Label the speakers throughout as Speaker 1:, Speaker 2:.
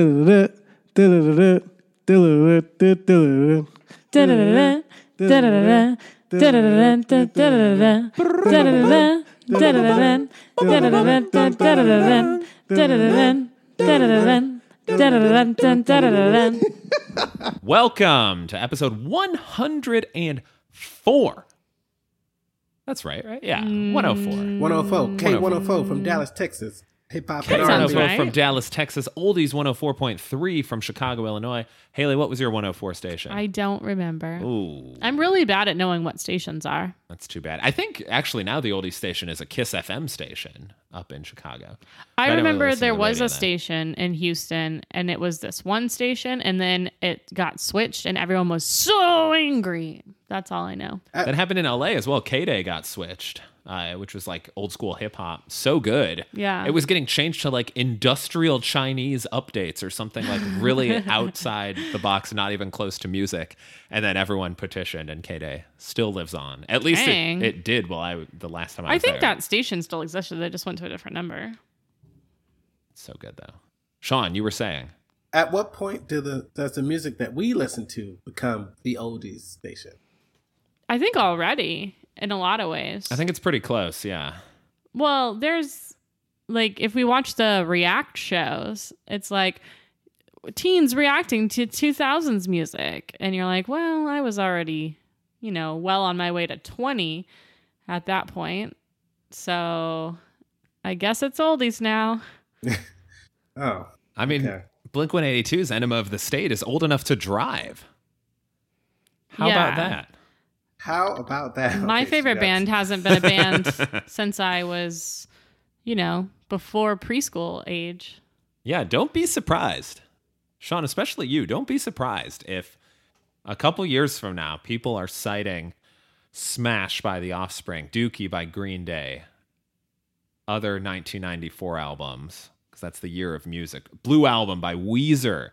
Speaker 1: Da-da-da, da-da-da-da, da-da-da-da, da-da-da-da.
Speaker 2: Da-da-da-da, da-da-da-da, da-da-da-da, da-da-da-da, da-da-da-da, da-da-da-da, da-da-da-da, da-da-da-da, da-da-da-da, da-da-da-da, da-da-da-da, da-da-da-da.
Speaker 3: Welcome to episode 104. That's right, right? Yeah,
Speaker 2: Mm.
Speaker 3: 104.
Speaker 4: 104, K104 from Dallas, Texas. Hip hop and R&B.
Speaker 2: Sounds
Speaker 3: 104
Speaker 2: right.
Speaker 3: from Dallas, Texas. Oldies 104.3 from Chicago, Illinois. Haley, what was your 104 station?
Speaker 2: I don't remember.
Speaker 3: Ooh,
Speaker 2: I'm really bad at knowing what stations are.
Speaker 3: that's too bad. I think actually now the oldies station is a Kiss FM station up in Chicago. But don't
Speaker 2: I
Speaker 3: really
Speaker 2: remember
Speaker 3: listen to
Speaker 2: there
Speaker 3: the
Speaker 2: was
Speaker 3: radio
Speaker 2: a
Speaker 3: then.
Speaker 2: station in Houston, and it was this one station, and then it got switched, and everyone was so angry. That's all I know.
Speaker 3: That happened in LA as well. K Day got switched, uh, which was like old school hip hop. So good.
Speaker 2: Yeah.
Speaker 3: It was getting changed to like industrial Chinese updates or something like really outside the box, not even close to music. And then everyone petitioned, and K Day still lives on. At least
Speaker 2: Dang.
Speaker 3: it, it did while I the last time I
Speaker 2: I,
Speaker 3: was
Speaker 2: think
Speaker 3: there.
Speaker 2: that station still existed. They just went to a different number.
Speaker 3: so good though. Sean, you were saying.
Speaker 4: At what point do the, does the music that we listen to become the oldies station?
Speaker 2: I think already in a lot of ways.
Speaker 3: I think it's pretty close. Yeah.
Speaker 2: Well, there's like if we watch the React shows, it's like teens reacting to 2000s music and you're like, "Well, I was already, you know, well on my way to 20 at that point." So, I guess it's oldies now.
Speaker 4: Oh,
Speaker 3: I mean,
Speaker 4: Okay.
Speaker 3: Blink 182's Enema of the State is old enough to drive. How
Speaker 2: Yeah.
Speaker 3: about that?
Speaker 4: how about that?
Speaker 2: my
Speaker 4: Okay,
Speaker 2: favorite
Speaker 4: so
Speaker 2: band hasn't been a band since I was, you know, before preschool age.
Speaker 3: Yeah, don't be surprised. Sean, especially you, don't be surprised if a couple years from now people are citing Smash by The Offspring, Dookie by Green Day, other 1994 albums, because that's the year of music, Blue Album by Weezer.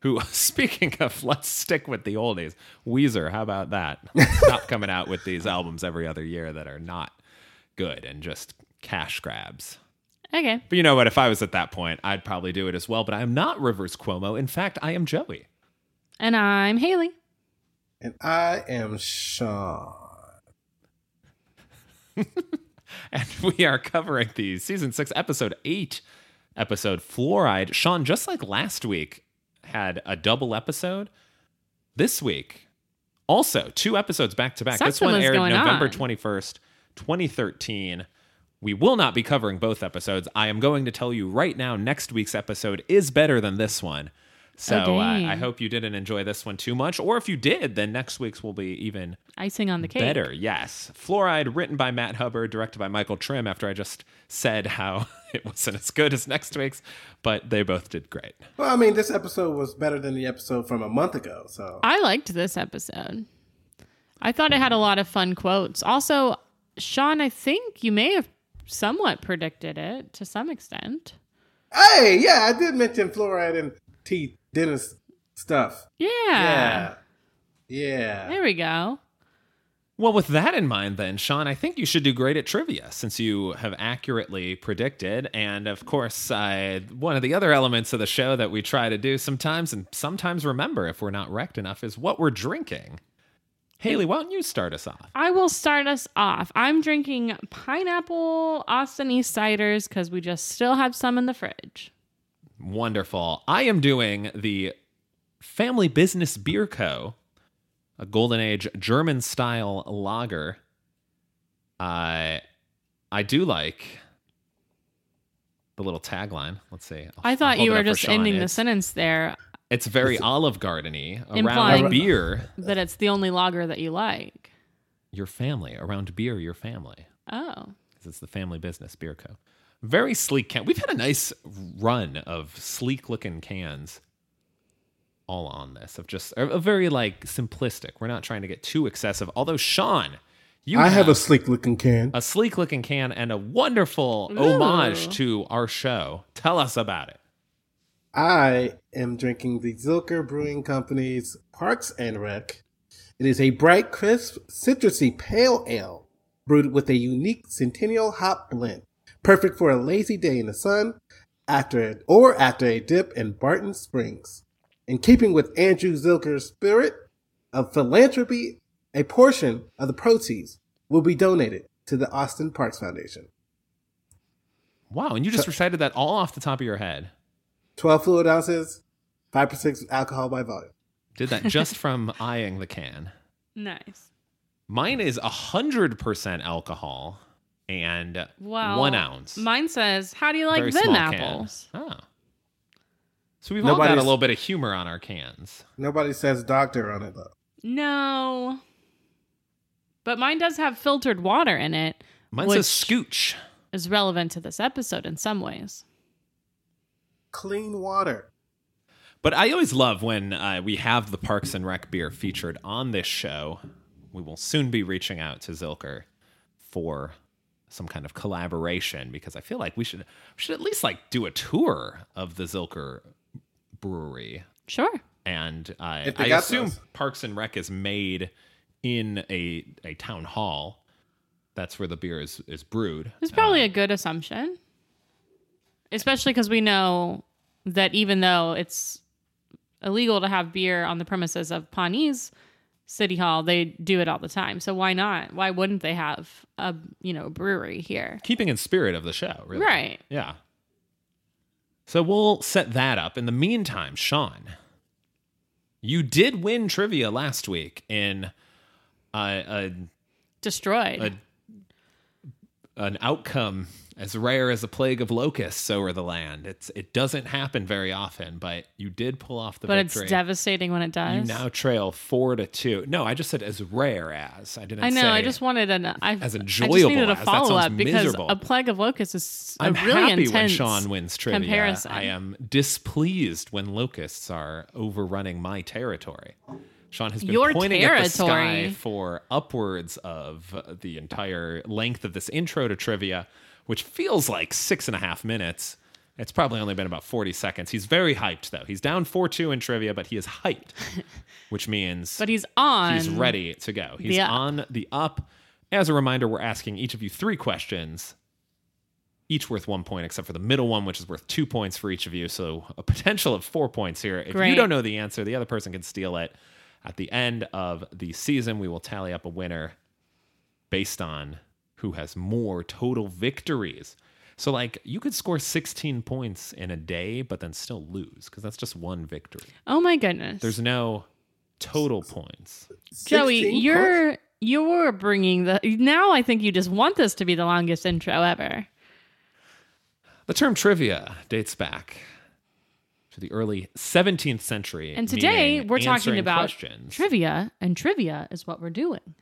Speaker 3: Who, speaking of, let's stick with the oldies. Weezer, how about that? Stop coming out with these albums every other year that are not good and just cash grabs.
Speaker 2: Okay.
Speaker 3: But you know what? If I was at that point, I'd probably do it as well. But I am not Rivers Cuomo. In fact, I am Joey.
Speaker 2: And I'm Haley.
Speaker 4: And I am Sean.
Speaker 3: And we are covering the season six, episode eight, episode Fluoride. Sean, just like last week, had a double episode. This week, also two episodes back to back. This
Speaker 2: Something
Speaker 3: one
Speaker 2: was
Speaker 3: aired
Speaker 2: going
Speaker 3: November
Speaker 2: on.
Speaker 3: 21st, 2013. We will not be covering both episodes. I am going to tell you right now, next week's episode is better than this one. So
Speaker 2: Oh,
Speaker 3: uh,
Speaker 2: dang.
Speaker 3: I hope you didn't enjoy this one too much. Or if you did, then next week's will be even
Speaker 2: Icing on the cake.
Speaker 3: Better, yes. Fluoride, written by Matt Hubbard, directed by Michael Trim, after I just said how it wasn't as good as next week's, but they both did great.
Speaker 4: Well, I mean, this episode was better than the episode from a month ago. So
Speaker 2: I liked this episode. I thought it had a lot of fun quotes. Also, Sean, I think you may have somewhat predicted it to some extent.
Speaker 4: Hey, yeah, I did mention fluoride and teeth dentist stuff.
Speaker 2: Yeah.
Speaker 4: Yeah. Yeah.
Speaker 2: There we go.
Speaker 3: Well, with that in mind, then, Sean, I think you should do great at trivia since you have accurately predicted. And of course, uh, one of the other elements of the show that we try to do sometimes and sometimes remember if we're not wrecked enough is what we're drinking. Haley, why don't you start us off?
Speaker 2: I will start us off. I'm drinking pineapple Austin East ciders because we just still have some in the fridge.
Speaker 3: Wonderful. I am doing the Family Business Beer Co., a Golden Age German style lager. I I do like the little tagline. Let's see. I'll-
Speaker 2: I thought
Speaker 3: I'll hold
Speaker 2: you
Speaker 3: it
Speaker 2: were
Speaker 3: up for
Speaker 2: just
Speaker 3: Sean.
Speaker 2: ending the
Speaker 3: it's,
Speaker 2: sentence there
Speaker 3: It's very Olive Gardeny
Speaker 2: Implying-
Speaker 3: around beer.
Speaker 2: that it's the only lager that you like.
Speaker 3: Your family around beer. Your family.
Speaker 2: Oh.
Speaker 3: 'Cause It's the Family Business Beer Co. Very sleek can. We've had a nice run of sleek looking cans all on this of just a, a very like simplistic. We're not trying to get too excessive. Although Sean, you
Speaker 4: I have a sleek looking can.
Speaker 3: a sleek looking can and a wonderful homage to our show. Tell us about it.
Speaker 4: I am drinking the Zilker Brewing Company's Parks and Rec. It is a bright, crisp, citrusy pale ale brewed with a unique centennial hop blend, perfect for a lazy day in the sun after it, or after a dip in Barton Springs. In keeping with Andrew Zilker's spirit of philanthropy, a portion of the proceeds will be donated to the Austin Parks Foundation.
Speaker 3: Wow, and you just recited that all off the top of your head.
Speaker 4: 12 fluid ounces, 5% alcohol by volume.
Speaker 3: Did that just from eyeing the can.
Speaker 2: Nice.
Speaker 3: Mine is 100% alcohol and
Speaker 2: Wow.
Speaker 3: one ounce.
Speaker 2: Mine says, "How do you like
Speaker 3: Very
Speaker 2: them
Speaker 3: small
Speaker 2: apples?"
Speaker 3: Can. Oh. So we've all got a
Speaker 4: Nobody's-
Speaker 3: little bit of humor on our cans.
Speaker 4: Nobody says doctor on it, though.
Speaker 2: No. But mine does have filtered water in it,
Speaker 3: Mine
Speaker 2: Which-
Speaker 3: says scooch.
Speaker 2: is relevant to this episode in some ways.
Speaker 4: Clean water.
Speaker 3: But I always love when uh, we have the Parks and Rec beer featured on this show. We will soon be reaching out to Zilker for some kind of collaboration because I feel like we should we should at least like do a tour of the Zilker brewery.
Speaker 2: Sure.
Speaker 3: And I,
Speaker 4: If they
Speaker 3: I
Speaker 4: got
Speaker 3: assume
Speaker 4: those.
Speaker 3: Parks and Rec is made in a a town hall. That's where the beer is is brewed.
Speaker 2: It's probably
Speaker 3: Uh.
Speaker 2: a good assumption, especially because we know that even though it's illegal to have beer on the premises of Pawnee's City Hall, they do it all the time. So why not? Why wouldn't they have a you know brewery here?
Speaker 3: keeping in spirit of the show, really.
Speaker 2: Right.
Speaker 3: Yeah. So we'll set that up. In the meantime, Sean, you did win trivia last week in uh,
Speaker 2: Destroyed.
Speaker 3: a, a an outcome as rare as a plague of locusts over the land. It's it doesn't happen very often, but you did pull off the
Speaker 2: but
Speaker 3: victory.
Speaker 2: it's devastating when it
Speaker 3: you
Speaker 2: does.
Speaker 3: now trail four to two. No, I just said as rare as. I didn't.
Speaker 2: I know.
Speaker 3: Say,
Speaker 2: I just wanted an. I,
Speaker 3: As
Speaker 2: I just
Speaker 3: enjoyable
Speaker 2: needed a
Speaker 3: as, that sounds
Speaker 2: follow up because
Speaker 3: miserable.
Speaker 2: a plague of locusts is a
Speaker 3: I'm
Speaker 2: really
Speaker 3: happy when
Speaker 2: intense
Speaker 3: Sean wins trivia.
Speaker 2: comparison.
Speaker 3: I am displeased when locusts are overrunning my territory. Sean has been
Speaker 2: Your
Speaker 3: pointing at the
Speaker 2: territory.
Speaker 3: sky for upwards of uh, the entire length of this intro to trivia, which feels like six and a half minutes. It's probably only been about 40 seconds. He's very hyped, though. He's down 4 2 in trivia, but he is hyped, which means
Speaker 2: But he's on.
Speaker 3: He's ready to go. He's
Speaker 2: the up.
Speaker 3: on the up. As a reminder, we're asking each of you three questions, each worth one point, except for the middle one, which is worth two points for each of you. So a potential of four points here. If you
Speaker 2: Great.
Speaker 3: don't know the answer, the other person can steal it. At the end of the season, we will tally up a winner based on who has more total victories. So, like, you could score 16 points in a day, but then still lose because that's just one victory.
Speaker 2: Oh my goodness.
Speaker 3: There's no total points.
Speaker 2: Joey,
Speaker 4: 16
Speaker 2: you're you're bringing the now. I think you just want this to be the longest intro ever.
Speaker 3: The term trivia dates back to the early 17th century.
Speaker 2: And today
Speaker 3: meaning
Speaker 2: we're talking
Speaker 3: answering
Speaker 2: about
Speaker 3: questions.
Speaker 2: trivia, and trivia is what we're doing.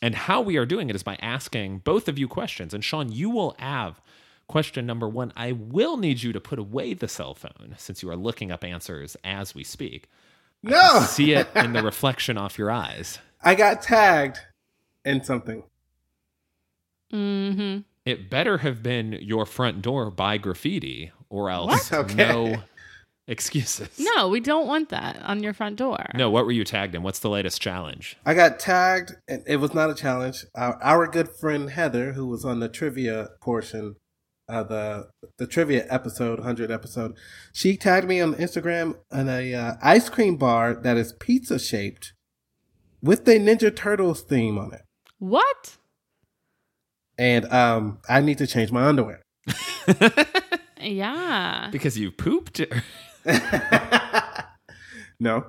Speaker 3: and how we are doing it is by asking both of you questions. And Sean, you will have question number one. I will need you to put away the cell phone since you are looking up answers as we speak.
Speaker 4: No!
Speaker 3: See it in the reflection off your eyes.
Speaker 4: I got tagged in something.
Speaker 2: hmm
Speaker 3: It better have been your front door by graffiti, or else
Speaker 4: What? Okay.
Speaker 3: no excuses.
Speaker 2: No, we don't want that on your front door.
Speaker 3: No, what were you tagged in? What's the latest challenge?
Speaker 4: I got tagged, and it was not a challenge. Our, our good friend Heather, who was on the trivia portion of the the trivia episode, hundred episode, she tagged me on Instagram on a uh, ice cream bar that is pizza shaped with the Ninja Turtles theme on it,
Speaker 2: What?
Speaker 4: and um, I need to change my underwear.
Speaker 2: Yeah.
Speaker 3: Because you pooped or-
Speaker 4: no,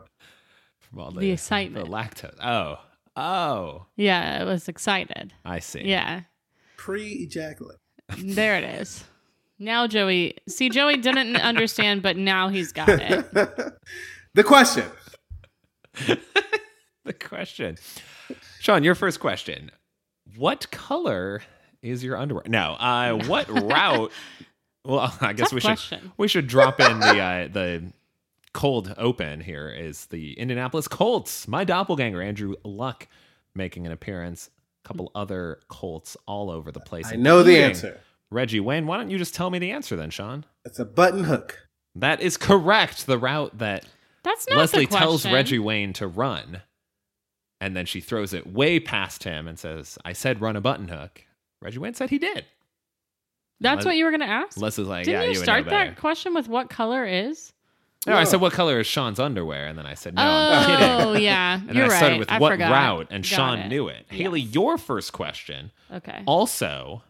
Speaker 3: from all
Speaker 2: The
Speaker 3: the,
Speaker 2: excitement.
Speaker 3: the lactose. Oh, oh,
Speaker 2: Yeah, I was excited.
Speaker 3: I see.
Speaker 2: Yeah.
Speaker 4: pre ejaculate.
Speaker 2: There it is. Now Joey, see Joey didn't understand, but now he's got it.
Speaker 4: The question.
Speaker 3: The question, Sean, your first question: What color is your underwear? No, uh, what route? Well, I guess
Speaker 2: Tough
Speaker 3: we should
Speaker 2: question.
Speaker 3: we should drop in the uh, the cold open. Here is the Indianapolis Colts. My doppelganger Andrew Luck making an appearance. A couple other Colts all over the place.
Speaker 4: I know the
Speaker 3: including
Speaker 4: answer.
Speaker 3: Reggie Wayne. Why don't you just tell me the answer then, Sean?
Speaker 4: It's a button hook.
Speaker 3: That is correct. The route that
Speaker 2: That's not
Speaker 3: Leslie
Speaker 2: the question.
Speaker 3: tells Reggie Wayne to run, and then she throws it way past him and says, I said run a button hook. Reggie Wayne said he did.
Speaker 2: That's
Speaker 3: Unless-
Speaker 2: what you were gonna ask.
Speaker 3: Alyssa's like,
Speaker 2: Didn't
Speaker 3: yeah,
Speaker 2: you,
Speaker 3: would
Speaker 2: start
Speaker 3: know
Speaker 2: that
Speaker 3: better.
Speaker 2: question with what color is?
Speaker 3: No, I said, what color is Sean's underwear? And then I said, no, I'm kidding.
Speaker 2: oh yeah,
Speaker 3: And
Speaker 2: you're
Speaker 3: then I
Speaker 2: right.
Speaker 3: started with
Speaker 2: I
Speaker 3: what
Speaker 2: forgot.
Speaker 3: route, and
Speaker 2: Got
Speaker 3: Sean
Speaker 2: it.
Speaker 3: knew it. Haley,
Speaker 2: Yes.
Speaker 3: your first question.
Speaker 2: Okay.
Speaker 3: Also,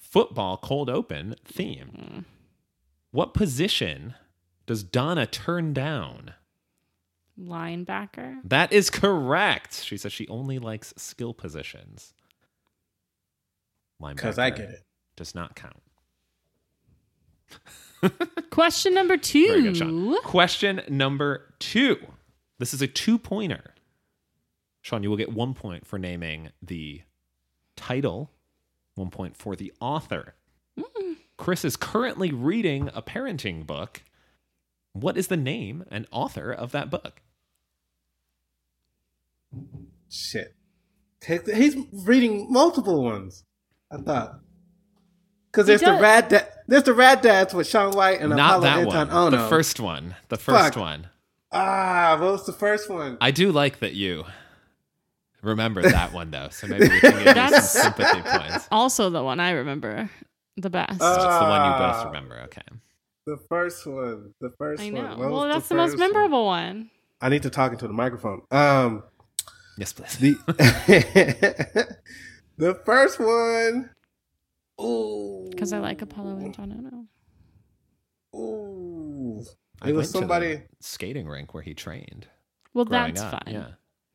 Speaker 3: football cold open theme.
Speaker 2: Mm.
Speaker 3: What position does Donna turn down?
Speaker 2: Linebacker.
Speaker 3: That is correct. She says she only likes skill positions.
Speaker 4: because I get it.
Speaker 3: Does not count.
Speaker 2: Question number two.
Speaker 3: Very good, Sean. Question number two. This is a two pointer. Sean, you will get one point for naming the title, one point for the author. Chris is currently reading a parenting book. What is the name and author of that book?
Speaker 4: Shit. He's- He's reading multiple ones. I thought. Because
Speaker 2: He
Speaker 4: there's the
Speaker 2: does.
Speaker 4: rad da- there's the rad dads with Sean White and
Speaker 3: Not
Speaker 4: Apollo
Speaker 3: that
Speaker 4: Anton
Speaker 3: one.
Speaker 4: Ono.
Speaker 3: The first one. The first
Speaker 4: oh, Fuck.
Speaker 3: one.
Speaker 4: Ah, what was the first one?
Speaker 3: I do like that you remember that one though, so maybe we can give you some
Speaker 2: That's-
Speaker 3: sympathy points.
Speaker 2: Also, the one I remember the best.
Speaker 3: It's
Speaker 4: Uh,
Speaker 3: just the one you both
Speaker 4: Ah.
Speaker 3: remember. Okay.
Speaker 4: The first one. The first
Speaker 2: I
Speaker 4: one.
Speaker 2: know.
Speaker 4: What was
Speaker 2: Well, that's the, most
Speaker 4: first one?
Speaker 2: memorable one.
Speaker 4: I need to talk into the microphone. Um,
Speaker 3: Yes, please.
Speaker 4: the the first one. Ooh,
Speaker 2: Because I like Apollo and John Ono.
Speaker 4: Ooh,
Speaker 3: I
Speaker 4: it
Speaker 3: went
Speaker 4: was
Speaker 3: to the
Speaker 4: somebody.
Speaker 3: skating rink where he trained.
Speaker 2: Well,
Speaker 3: growing
Speaker 2: that's
Speaker 3: up.
Speaker 2: fun.
Speaker 3: Yeah.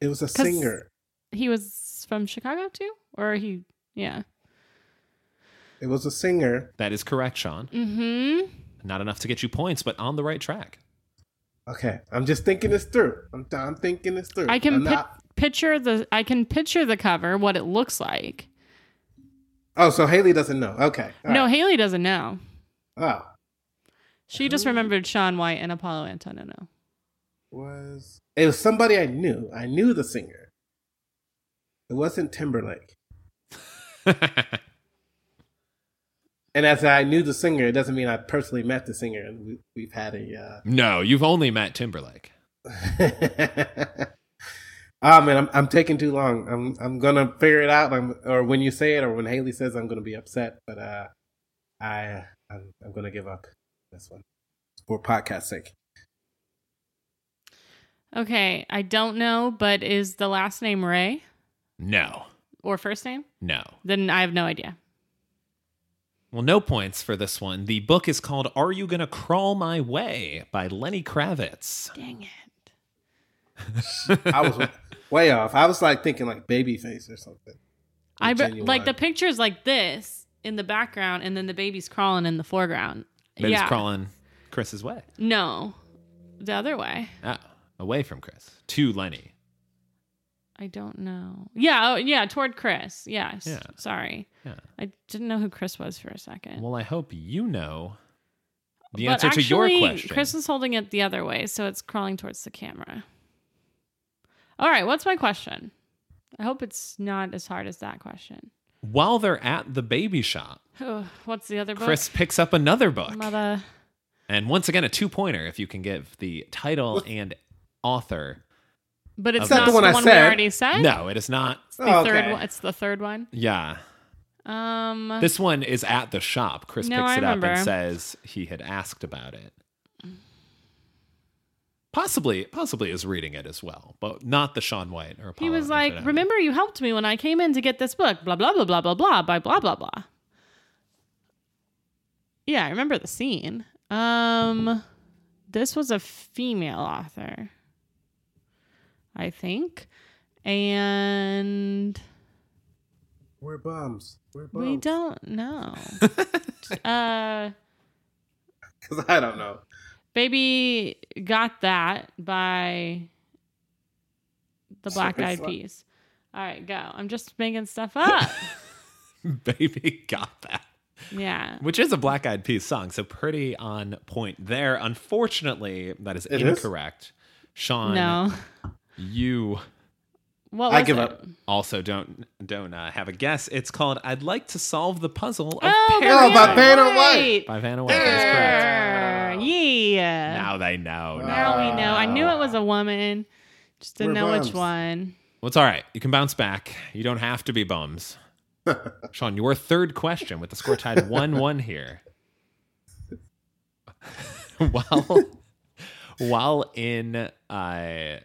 Speaker 4: It was a
Speaker 2: 'Cause-
Speaker 4: singer.
Speaker 2: He was from Chicago too, or he? Yeah.
Speaker 4: It was a singer.
Speaker 3: That is correct, Sean.
Speaker 2: Mm-hmm.
Speaker 3: Not enough to get you points, but on the right track.
Speaker 4: Okay, I'm just thinking this through. I'm, I'm thinking this through.
Speaker 2: I
Speaker 4: I'm
Speaker 2: can pi-
Speaker 4: not-
Speaker 2: picture the. I can picture the cover, what it looks like.
Speaker 4: oh, so Haley doesn't know. Okay. all
Speaker 2: No,
Speaker 4: right.
Speaker 2: Haley doesn't know.
Speaker 4: Oh,
Speaker 2: She just remembered Sean White and Apollo Antonino.
Speaker 4: was it was somebody I knew. I knew the singer. It wasn't Timberlake. And as I knew the singer, it doesn't mean I personally met the singer. And we, we've had a uh,
Speaker 3: no, you've only met Timberlake.
Speaker 4: Ah man, I'm I'm taking too long. I'm I'm gonna figure it out. I'm, or when you say it, or when Haley says, I'm gonna be upset. But uh, I I'm, I'm gonna give up this one for podcast sake.
Speaker 2: Okay, I don't know, but is the last name Ray
Speaker 3: No,
Speaker 2: or first name?
Speaker 3: no.
Speaker 2: Then I have no idea.
Speaker 3: Well, no points for this one. The book is called Are You Gonna Crawl My Way by Lenny Kravitz.
Speaker 2: Dang it.
Speaker 4: I was way off. I was like thinking like Babyface or something.
Speaker 2: I re-
Speaker 4: Genuine.
Speaker 2: like the pictures like this in the background and then the baby's crawling in the foreground.
Speaker 3: Baby's
Speaker 2: yeah.
Speaker 3: crawling Chris's way.
Speaker 2: No. The other way.
Speaker 3: Oh, away from Chris to Lenny.
Speaker 2: I don't know. Yeah, oh, yeah, toward Chris. Yes.
Speaker 3: Yeah.
Speaker 2: Sorry.
Speaker 3: Yeah.
Speaker 2: I didn't know who Chris was for a second.
Speaker 3: Well, I hope you know the
Speaker 2: But
Speaker 3: answer to your
Speaker 2: actually,
Speaker 3: question.
Speaker 2: Chris is holding it the other way, so it's crawling towards the camera. All right, what's my question? I hope it's not as hard as that question.
Speaker 3: While they're at the baby shop,
Speaker 2: Oh, what's the other book?
Speaker 3: Chris picks up another book.
Speaker 2: Mother.
Speaker 3: And once again, a two pointer if you can give the title and author.
Speaker 2: But it's
Speaker 3: Is that
Speaker 2: not
Speaker 3: the
Speaker 2: the
Speaker 4: one
Speaker 2: one,
Speaker 4: I
Speaker 2: we
Speaker 4: said?
Speaker 2: already said.
Speaker 3: No, it is not.
Speaker 2: it's the
Speaker 4: Oh,
Speaker 2: third
Speaker 4: okay.
Speaker 2: one. It's the third one.
Speaker 3: Yeah.
Speaker 2: Um,
Speaker 3: This one is at the shop. Chris
Speaker 2: No,
Speaker 3: picks
Speaker 2: I
Speaker 3: it up and
Speaker 2: remember.
Speaker 3: says he had asked about it. Possibly, possibly is reading it as well, but not the Sean White or
Speaker 2: he
Speaker 3: Apollo
Speaker 2: was like,
Speaker 3: Antonelli.
Speaker 2: "Remember, you helped me when I came in to get this book." Blah blah blah blah blah blah by blah blah blah. Yeah, I remember the scene. Um, this was a female author, I think, and
Speaker 4: We're bums. We're bums.
Speaker 2: we don't know. uh,
Speaker 4: Because I don't know.
Speaker 2: baby got that by the Black Eyed Peas. All right, go. I'm just making stuff up.
Speaker 3: Baby got that.
Speaker 2: yeah.
Speaker 3: Which is a Black Eyed Peas song, so pretty on point there. Unfortunately, that is
Speaker 4: It is?
Speaker 3: incorrect. Sean,
Speaker 2: No.
Speaker 3: you
Speaker 2: What
Speaker 4: I
Speaker 2: was
Speaker 4: give
Speaker 2: it?
Speaker 4: up.
Speaker 3: also don't don't uh, have a guess. It's called "I'd Like to Solve the Puzzle of
Speaker 2: Oh,
Speaker 3: Paris"
Speaker 4: Oh, by Vanna White.
Speaker 2: White.
Speaker 3: by Vanna White. That's correct.
Speaker 2: Err, Yeah.
Speaker 3: Now they know. Now.
Speaker 2: Now we know. I knew it was a woman. Just didn't
Speaker 4: We're
Speaker 2: know which
Speaker 4: bums.
Speaker 2: one.
Speaker 3: Well, it's all right. You can bounce back. You don't have to be bums. Sean, your third question with the score tied 1 1 here. while, while in uh,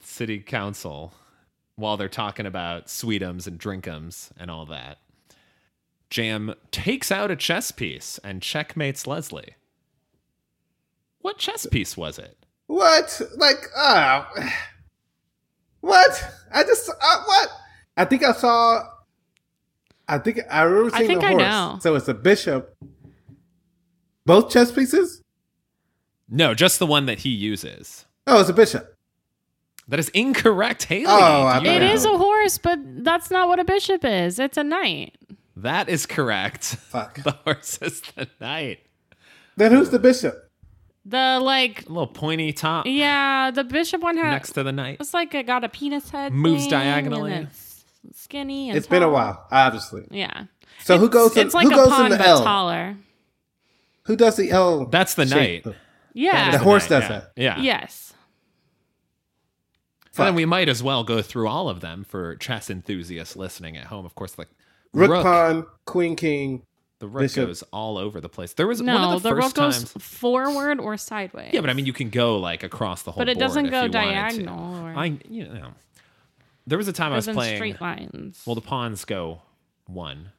Speaker 3: city council, while they're talking about sweetums and drinkums and all that, Jam takes out a chess piece and checkmates Leslie. What chess piece was it?
Speaker 4: What? Like, ah, what? I just uh, what? I think I saw. I think I remember
Speaker 2: I
Speaker 4: seeing
Speaker 2: think
Speaker 4: the
Speaker 2: I
Speaker 4: horse.
Speaker 2: know.
Speaker 4: So it's a bishop. Both chess pieces.
Speaker 3: No, just the one that he uses.
Speaker 4: Oh, it's a bishop.
Speaker 3: That is incorrect, Haley.
Speaker 4: Oh, I
Speaker 3: Do you
Speaker 2: It
Speaker 4: Yeah.
Speaker 2: is
Speaker 3: know?
Speaker 2: a horse, but that's not what a bishop is. It's a knight.
Speaker 3: That is correct.
Speaker 4: Fuck.
Speaker 3: The horse is the knight.
Speaker 4: Then who's the bishop?
Speaker 2: The like,
Speaker 3: A little pointy top
Speaker 2: yeah, the bishop one has.
Speaker 3: next to the knight.
Speaker 2: It's like it got a penis head.
Speaker 3: Moves
Speaker 2: thing, and
Speaker 3: diagonally.
Speaker 2: then it's Skinny. And
Speaker 4: It's been a
Speaker 2: tall.
Speaker 4: while, obviously.
Speaker 2: Yeah.
Speaker 4: So who
Speaker 2: It's-
Speaker 4: goes? In,
Speaker 2: It's like
Speaker 4: who
Speaker 2: a
Speaker 4: goes
Speaker 2: pawn,
Speaker 4: in the
Speaker 2: but
Speaker 4: L?
Speaker 2: taller.
Speaker 4: Who does the L?
Speaker 3: That's the
Speaker 4: shape?
Speaker 3: knight.
Speaker 2: Yeah.
Speaker 4: The horse does
Speaker 3: yeah.
Speaker 4: that.
Speaker 3: Yeah.
Speaker 2: Yes.
Speaker 3: So
Speaker 4: Fuck.
Speaker 3: then we might as well go through all of them for chess enthusiasts listening at home. Of course, like
Speaker 4: rook,
Speaker 3: rook,
Speaker 4: pawn, queen, king.
Speaker 3: the rook
Speaker 4: bishop.
Speaker 3: goes all over the place. There was one
Speaker 2: No,
Speaker 3: of the,
Speaker 2: the, rope
Speaker 3: first times.
Speaker 2: goes forward or sideways.
Speaker 3: Yeah, but I mean, you can go like across the whole.
Speaker 2: But it
Speaker 3: board
Speaker 2: doesn't
Speaker 3: if
Speaker 2: go
Speaker 3: you wanted to.
Speaker 2: diagonal or-
Speaker 3: I, you know, there was a time I was
Speaker 2: As in
Speaker 3: playing.
Speaker 2: straight lines.
Speaker 3: Well, the pawns go one,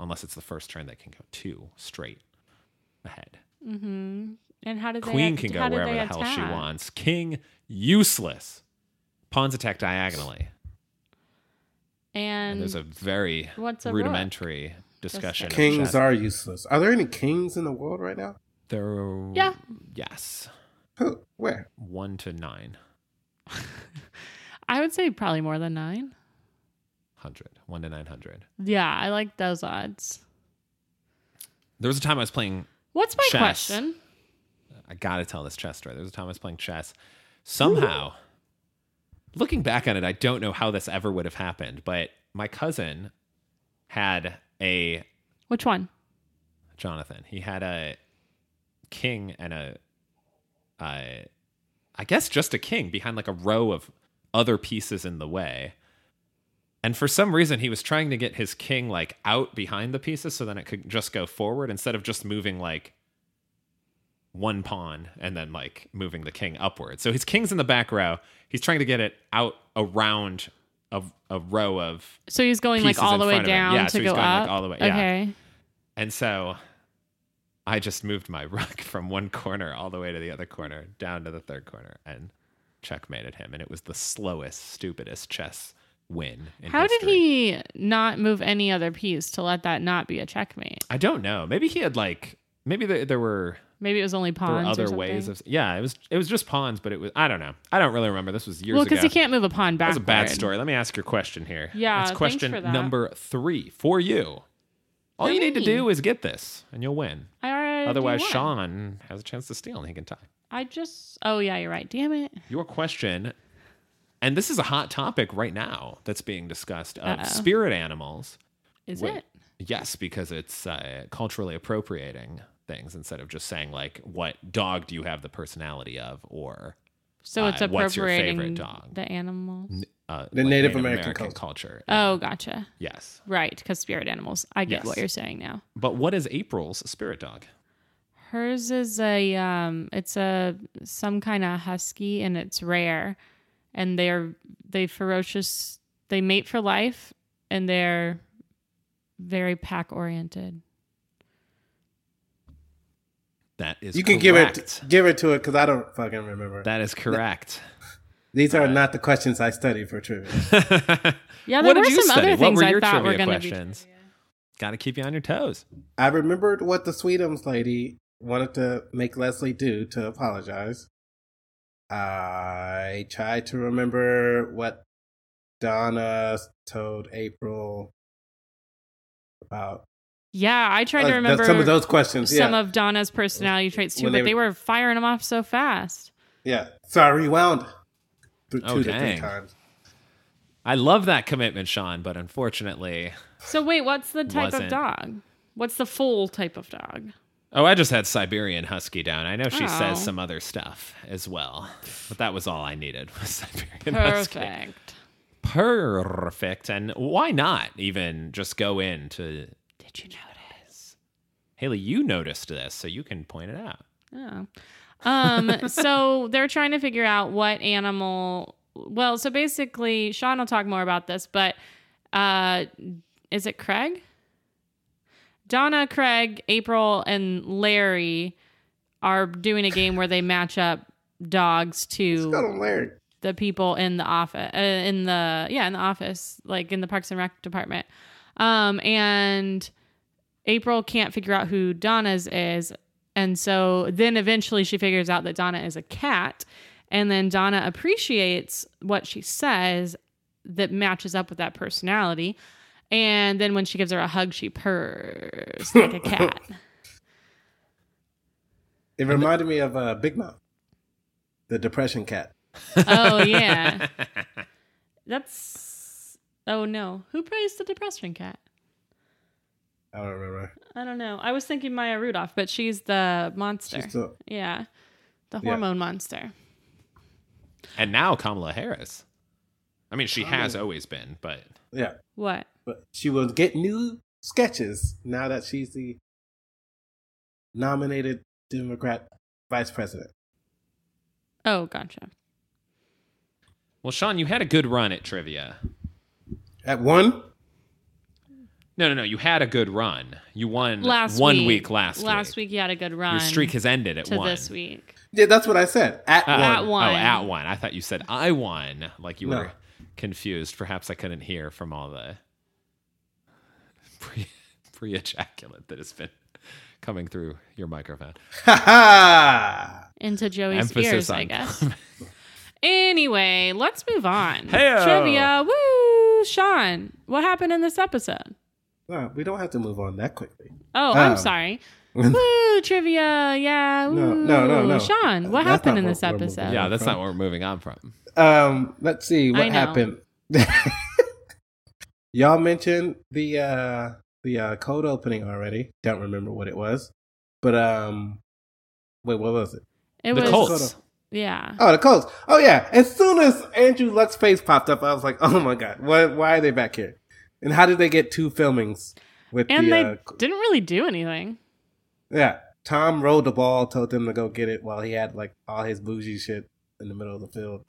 Speaker 3: unless it's the first turn that can go two straight ahead.
Speaker 2: and how did
Speaker 3: Queen
Speaker 2: they,
Speaker 3: can
Speaker 2: how
Speaker 3: go
Speaker 2: did
Speaker 3: wherever
Speaker 2: they
Speaker 3: the hell she
Speaker 2: attack?
Speaker 3: wants. King useless. Pawns attack diagonally, and
Speaker 2: And,
Speaker 3: there's a very
Speaker 2: what's a rook?
Speaker 3: rudimentary discussion. of
Speaker 4: Kings
Speaker 3: chess.
Speaker 4: are useless. Are there any kings in the world right now?
Speaker 3: There,
Speaker 2: Yeah.
Speaker 3: Yes.
Speaker 4: Who? Where?
Speaker 3: One to nine
Speaker 2: I would say probably more than nine.
Speaker 3: hundred. One to nine hundred.
Speaker 2: Yeah, I like those odds.
Speaker 3: There was a time I was playing
Speaker 2: What's my
Speaker 3: Chess.
Speaker 2: question?
Speaker 3: I gotta tell this chess story. There was a time I was playing chess. Somehow, looking back on it, I don't know how this ever would have happened, but my cousin had a
Speaker 2: Which one?
Speaker 3: Jonathan. He had a king and a, a I guess just a king behind like a row of other pieces in the way. And for some reason, he was trying to get his king like out behind the pieces so then it could just go forward instead of just moving like one pawn and then like moving the king upward. So his king's in the back row. He's trying to get it out around a, a row of
Speaker 2: So he's going like
Speaker 3: Pieces
Speaker 2: all
Speaker 3: in
Speaker 2: the way
Speaker 3: front of him.
Speaker 2: down
Speaker 3: Yeah,
Speaker 2: to
Speaker 3: so he's
Speaker 2: go
Speaker 3: going, like,
Speaker 2: up.
Speaker 3: all the way- yeah.
Speaker 2: Okay.
Speaker 3: And so I just moved my rook from one corner all the way to the other corner, down to the third corner, and checkmated him. And it was the slowest, stupidest chess win. In
Speaker 2: How did
Speaker 3: history.
Speaker 2: he not move any other piece to let that not be a checkmate?
Speaker 3: I don't know. Maybe he had like maybe there, there were
Speaker 2: Maybe it was only
Speaker 3: there were
Speaker 2: pawns. or
Speaker 3: other
Speaker 2: something.
Speaker 3: ways of yeah. It was it was just pawns, but it was I don't know. I don't really remember. This was years
Speaker 2: Well,
Speaker 3: ago.
Speaker 2: because he can't move a pawn
Speaker 3: That
Speaker 2: back.
Speaker 3: was a bad story. Let me ask your question here.
Speaker 2: Yeah,
Speaker 3: That's
Speaker 2: thanks
Speaker 3: question
Speaker 2: for that.
Speaker 3: number three for you. All
Speaker 2: For
Speaker 3: you need to
Speaker 2: me.
Speaker 3: do is get this, and you'll win.
Speaker 2: I already
Speaker 3: Otherwise,
Speaker 2: won.
Speaker 3: Sean has a chance to steal, and he can tie.
Speaker 2: I just. Oh yeah, you're right. Damn it.
Speaker 3: your question and this is a hot topic right now that's being discussed of
Speaker 2: Uh-oh.
Speaker 3: spirit animals
Speaker 2: Is
Speaker 3: Wait.
Speaker 2: it?
Speaker 3: yes because it's uh, culturally appropriating things instead of just saying like what dog do you have the personality of or
Speaker 2: So
Speaker 3: Uh,
Speaker 2: it's
Speaker 3: what's your favorite
Speaker 2: appropriating
Speaker 3: dog?
Speaker 2: the animals.
Speaker 3: uh,
Speaker 4: The
Speaker 3: like
Speaker 4: Native American
Speaker 3: culture
Speaker 2: Oh, gotcha.
Speaker 3: yes
Speaker 2: Right, because spirit animals. I get
Speaker 3: Yes.
Speaker 2: what you're saying now.
Speaker 3: but what is april's spirit dog
Speaker 2: Hers is a um it's a some kind of husky and it's rare and they're they ferocious they mate for life and they're very pack oriented.
Speaker 3: that is
Speaker 4: You can
Speaker 3: correct.
Speaker 4: give it give it to it because I don't fucking remember.
Speaker 3: that is correct
Speaker 4: These are not the questions I studied for trivia.
Speaker 2: Yeah, there
Speaker 3: what
Speaker 2: were
Speaker 3: did you
Speaker 2: some
Speaker 3: study
Speaker 2: other
Speaker 3: what
Speaker 2: things
Speaker 3: were your
Speaker 2: I thought were
Speaker 3: trivia
Speaker 2: going to be
Speaker 3: questions got to keep you on your toes
Speaker 4: I remembered what the Sweetums lady wanted to make Leslie do to apologize. I tried to remember what Donna told April about
Speaker 2: Yeah, I tried
Speaker 4: uh,
Speaker 2: to
Speaker 4: th-
Speaker 2: remember
Speaker 4: some of those questions.
Speaker 2: some
Speaker 4: yeah,
Speaker 2: of Donna's personality traits too,
Speaker 4: When
Speaker 2: but
Speaker 4: they
Speaker 2: they were firing them off so fast.
Speaker 4: yeah. So I rewound through two
Speaker 3: Oh,
Speaker 4: to three
Speaker 3: dang.
Speaker 4: times.
Speaker 3: i love that commitment sean but unfortunately
Speaker 2: So wait, what's the type
Speaker 3: Wasn't.
Speaker 2: of dog? What's the full type of dog?
Speaker 3: Oh, I just had Siberian Husky down. I know she
Speaker 2: Oh.
Speaker 3: says some other stuff as well, but that was all I needed was Siberian Husky.
Speaker 2: Perfect.
Speaker 3: perfect. And why not even just go into
Speaker 2: Did you notice?
Speaker 3: Haley? You noticed this, so you can point it out.
Speaker 2: Oh. Um, so they're trying to figure out what animal. Well, so basically, Sean will talk more about this, but uh, is it Craig? Donna, Craig, April, and Larry are doing a game where they match up dogs
Speaker 4: It's got
Speaker 2: to
Speaker 4: a Larry.
Speaker 2: the people in the office, uh, in the yeah, in the office, like in the Parks and Rec department. Um, and April can't figure out who Donna's is. And so then eventually she figures out that Donna is a cat. And then Donna appreciates what she says that matches up with that personality. And then when she gives her a hug, she purrs like a cat.
Speaker 4: It reminded me of uh, Big Mouth, the depression cat.
Speaker 2: oh, yeah. That's. Oh, no. Who praised the depression cat?
Speaker 4: I don't remember.
Speaker 2: I don't know. I was thinking Maya Rudolph, but she's the monster.
Speaker 4: She's the-
Speaker 2: yeah. The
Speaker 4: Yeah.
Speaker 2: hormone monster.
Speaker 3: and now Kamala Harris. I mean, she has always been, but
Speaker 4: yeah,
Speaker 2: What?
Speaker 4: but she will get new sketches now that she's the nominated Democrat vice president.
Speaker 2: Oh, gotcha.
Speaker 3: well, Sean, you had a good run at trivia.
Speaker 4: At one,
Speaker 3: No, no, no. You had a good run. You won
Speaker 2: Last
Speaker 3: one
Speaker 2: week,
Speaker 3: week, last
Speaker 2: Last week you had a good run.
Speaker 3: Your streak has ended at
Speaker 2: to
Speaker 3: one.
Speaker 2: this week.
Speaker 4: yeah, that's what I said. At
Speaker 3: Uh,
Speaker 4: one,
Speaker 2: At one.
Speaker 3: Oh, at one. I thought you said I won. Like you
Speaker 4: No.
Speaker 3: were confused. Perhaps I couldn't hear from all the pre pre ejaculate that has been coming through your microphone.
Speaker 4: ha ha!
Speaker 2: Into Joey's
Speaker 3: Emphasis
Speaker 2: ears,
Speaker 3: on
Speaker 2: I guess. anyway, let's move on.
Speaker 3: Heyo.
Speaker 2: Trivia. Woo! Sean, what happened in this episode?
Speaker 4: No, we don't have to move on that quickly.
Speaker 2: Oh, I'm
Speaker 4: Oh.
Speaker 2: sorry. Woo! Trivia. Yeah.
Speaker 4: No,
Speaker 2: Woo.
Speaker 4: no, no, no.
Speaker 2: Sean, what
Speaker 4: That's
Speaker 2: happened
Speaker 4: not
Speaker 2: in
Speaker 4: what
Speaker 2: this
Speaker 4: we're moving
Speaker 2: episode?
Speaker 4: on.
Speaker 3: Yeah, that's not what we're moving on from.
Speaker 4: Um, let's see
Speaker 2: I
Speaker 4: what
Speaker 2: know.
Speaker 4: happened. Y'all mentioned the uh the uh code opening already. Don't remember what it was. But um wait, what was it?
Speaker 2: It
Speaker 3: the
Speaker 2: was.
Speaker 3: Colts.
Speaker 2: Yeah.
Speaker 4: Oh, the Colts. Oh yeah. As soon as Andrew Luck's face popped up, I was like, "Oh my god. Why why are they back here?" And how did they get two filmings with
Speaker 2: And
Speaker 4: the
Speaker 2: they
Speaker 4: uh, c-
Speaker 2: didn't really do anything.
Speaker 4: Yeah. Tom rolled the ball, told them to go get it while he had like all his bougie shit in the middle of the field.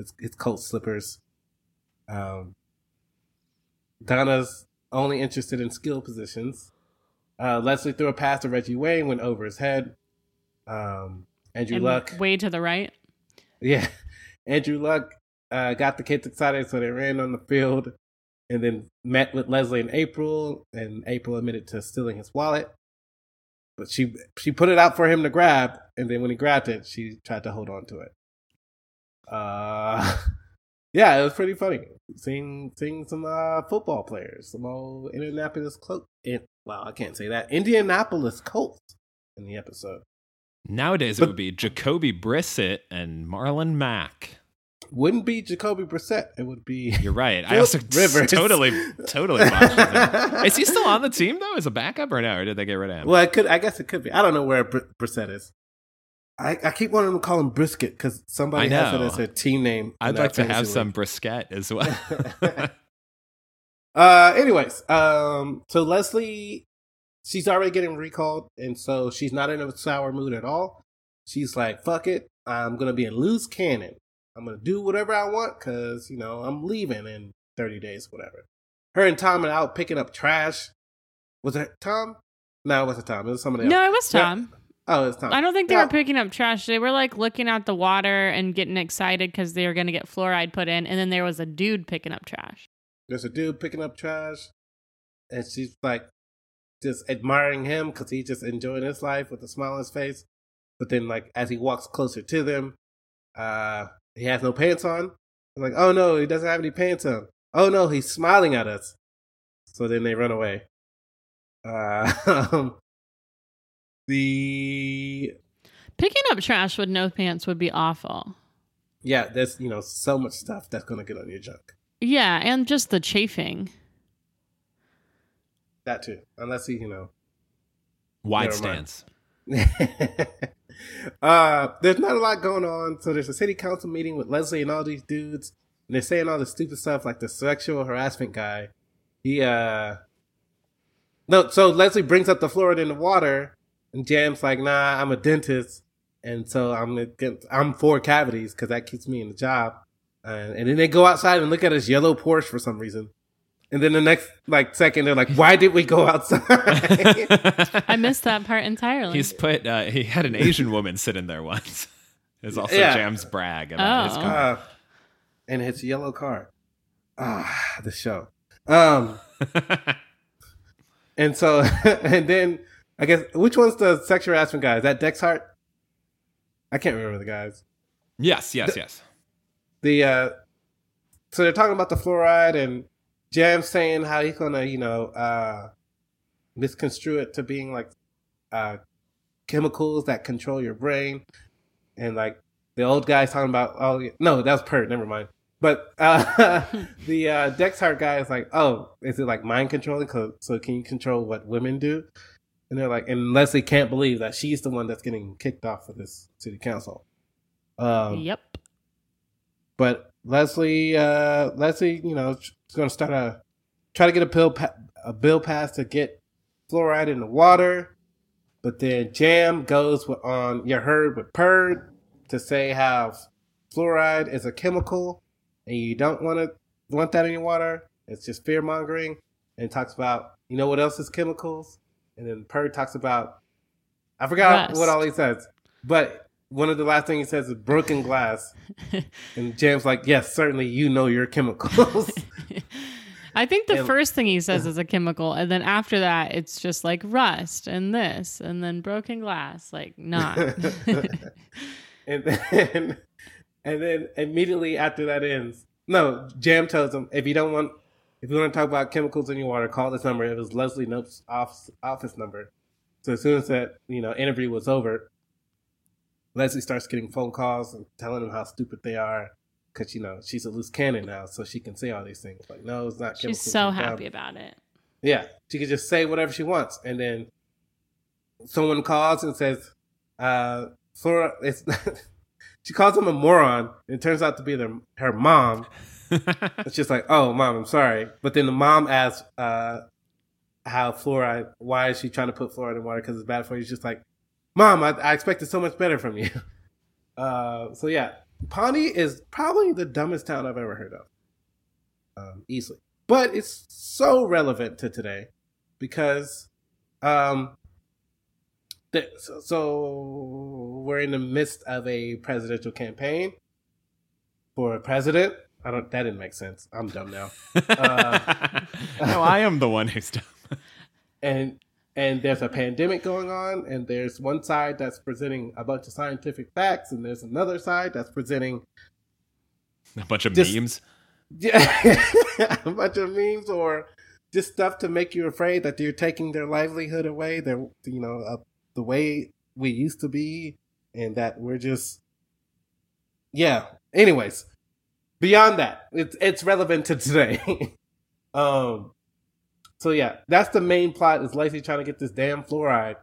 Speaker 4: It's it's Colt slippers. Um Donna's only interested in skill positions. Uh Leslie threw a pass to Reggie Wayne, went over his head. Um Andrew
Speaker 2: and
Speaker 4: Luck.
Speaker 2: Way to the right.
Speaker 4: Yeah. Andrew Luck uh, got the kids excited, so they ran on the field and then met with Leslie in April, and April admitted to stealing his wallet. But she she put it out for him to grab, and then when he grabbed it, she tried to hold on to it. Uh yeah, it was pretty funny. Seeing seeing some uh football players, some old Indianapolis Colts. Wow, I can't say that. Indianapolis Colts in the episode.
Speaker 3: Nowadays, it
Speaker 4: But-
Speaker 3: would be Jacoby Brissett and Marlon Mack.
Speaker 4: Wouldn't be Jacoby Brissett. It would be
Speaker 3: You're right. I
Speaker 4: Philip
Speaker 3: also
Speaker 4: Rivers.
Speaker 3: totally, totally botched it. Is he still on the team though? As a backup or no? Or did they get rid of him?
Speaker 4: Well, it could. I guess it could be. I don't know where Br- Brissett is. I, I keep wanting to call him Brisket because somebody
Speaker 3: I
Speaker 4: has it
Speaker 3: know.
Speaker 4: as their team name. in
Speaker 3: I'd
Speaker 4: our
Speaker 3: like to have
Speaker 4: fantasy
Speaker 3: some
Speaker 4: league.
Speaker 3: brisket as well.
Speaker 4: Uh, anyways, um, so Leslie, she's already getting recalled, and so she's not in a sour mood at all. She's like, "Fuck it, I'm gonna be a loose cannon. I'm gonna do whatever I want because you know I'm leaving in 30 days, whatever." Her and Tom are out picking up trash. Was it Tom? No, it wasn't Tom. It was somebody else.
Speaker 2: No, it was
Speaker 4: Yeah.
Speaker 2: Tom.
Speaker 4: Oh, it's Tom.
Speaker 2: I don't think they
Speaker 4: Yeah.
Speaker 2: were picking up trash. They were like looking at the water and getting excited because they were going to get fluoride put in. And then there was a dude picking up trash.
Speaker 4: there's a dude picking up trash, and she's like just admiring him because he's just enjoying his life with a smile on his face. But then, like as he walks closer to them, uh, he has no pants on. I'm like, oh no, he doesn't have any pants on. Oh no, he's smiling at us. So then they run away. Uh, the
Speaker 2: Picking up trash with no pants would be awful.
Speaker 4: yeah, there's you know so much stuff that's gonna get on your junk.
Speaker 2: Yeah, and just the chafing.
Speaker 4: That too, unless he you know
Speaker 3: Wide
Speaker 4: Never mind.
Speaker 3: stance.
Speaker 4: uh, there's not a lot going on. So there's a city council meeting with Leslie and all these dudes. and they're saying all the stupid stuff like the sexual harassment guy. He uh no, so Leslie brings up the fluoride in the water, and Jam's like, "Nah, I'm a dentist, and so I'm against, I'm for cavities because that keeps me in the job." Uh, and then they go outside and look at his yellow Porsche for some reason. And then the next like second, they're like, "Why did we go outside?"
Speaker 2: I missed that part entirely.
Speaker 3: He's put. Uh, he had an Asian woman sit in there once. It's also
Speaker 4: Yeah.
Speaker 3: Jam's brag about his
Speaker 2: Oh.
Speaker 3: car.
Speaker 4: uh, and his yellow card. Ah, the show. Um, and so, and then I guess which one's the sexual harassment guy? Is that Dex Hart? I can't remember the guys.
Speaker 3: yes, yes, yes.
Speaker 4: The uh, so they're talking about the fluoride and Jam saying how he's gonna, you know, uh, misconstrue it to being like uh, chemicals that control your brain, and like the old guy's talking about, oh yeah- no, that was Pert. Never mind. But uh, the uh, Dexhart guy is like, oh, is it like mind controlling? 'Cause- So can you control what women do? And they're like, and Leslie can't believe that she's the one that's getting kicked off of this city council. Um,
Speaker 2: yep.
Speaker 4: but Leslie, uh, Leslie, you know, she's going to start a try to get a bill pa- a bill passed to get fluoride in the water. But then Jam goes with, on you heard with Perd to say how fluoride is a chemical and you don't want to want that in your water. It's just fear mongering. And talks about you know what else is chemicals. And then Perd talks about I forgot
Speaker 2: Rust.
Speaker 4: what all he says, but one of the last things he says is broken glass. And Jam's like, yes, certainly you know your chemicals.
Speaker 2: I think the
Speaker 4: And-
Speaker 2: first thing he says is a chemical, and then after that, it's just like rust and this, and then broken glass. Like not.
Speaker 4: and then and then immediately after that ends. No, Jam tells him if you don't want if you want to talk about chemicals in your water, call this number. It was Leslie Nope's office, office number. So as soon as that, you know, interview was over, Leslie starts getting phone calls and telling them how stupid they are. Cause you know she's a loose cannon now, so she can say all these things. Like, no, it's not.
Speaker 2: She's
Speaker 4: chemicals
Speaker 2: so
Speaker 4: in the water.
Speaker 2: happy about it.
Speaker 4: Yeah, she could just say whatever she wants, and then someone calls and says, uh, "Flora." It's she calls him a moron, and it turns out to be their, her mom. It's just like, "Oh, mom, I'm sorry." But then the mom asks, uh, "How fluoride? Why is she trying to put fluoride in water? Because it's bad for you." She's just like, "Mom, I, I expected so much better from you." Uh, so yeah, Pawnee is probably the dumbest town I've ever heard of, um, easily. But it's so relevant to today because, um, the, so, so we're in the midst of a presidential campaign for a president. I don't. That didn't make sense. I'm dumb now. Uh,
Speaker 3: no, I am the one who's dumb.
Speaker 4: and and there's a pandemic going on and there's one side that's presenting a bunch of scientific facts and there's another side that's presenting
Speaker 3: A bunch of
Speaker 4: Just-
Speaker 3: memes.
Speaker 4: yeah, a bunch of memes or just stuff to make you afraid that they're taking their livelihood away they're you know uh, the way we used to be and that we're just yeah anyways beyond that it's it's relevant to today um so yeah that's the main plot is Lacey trying to get this damn fluoride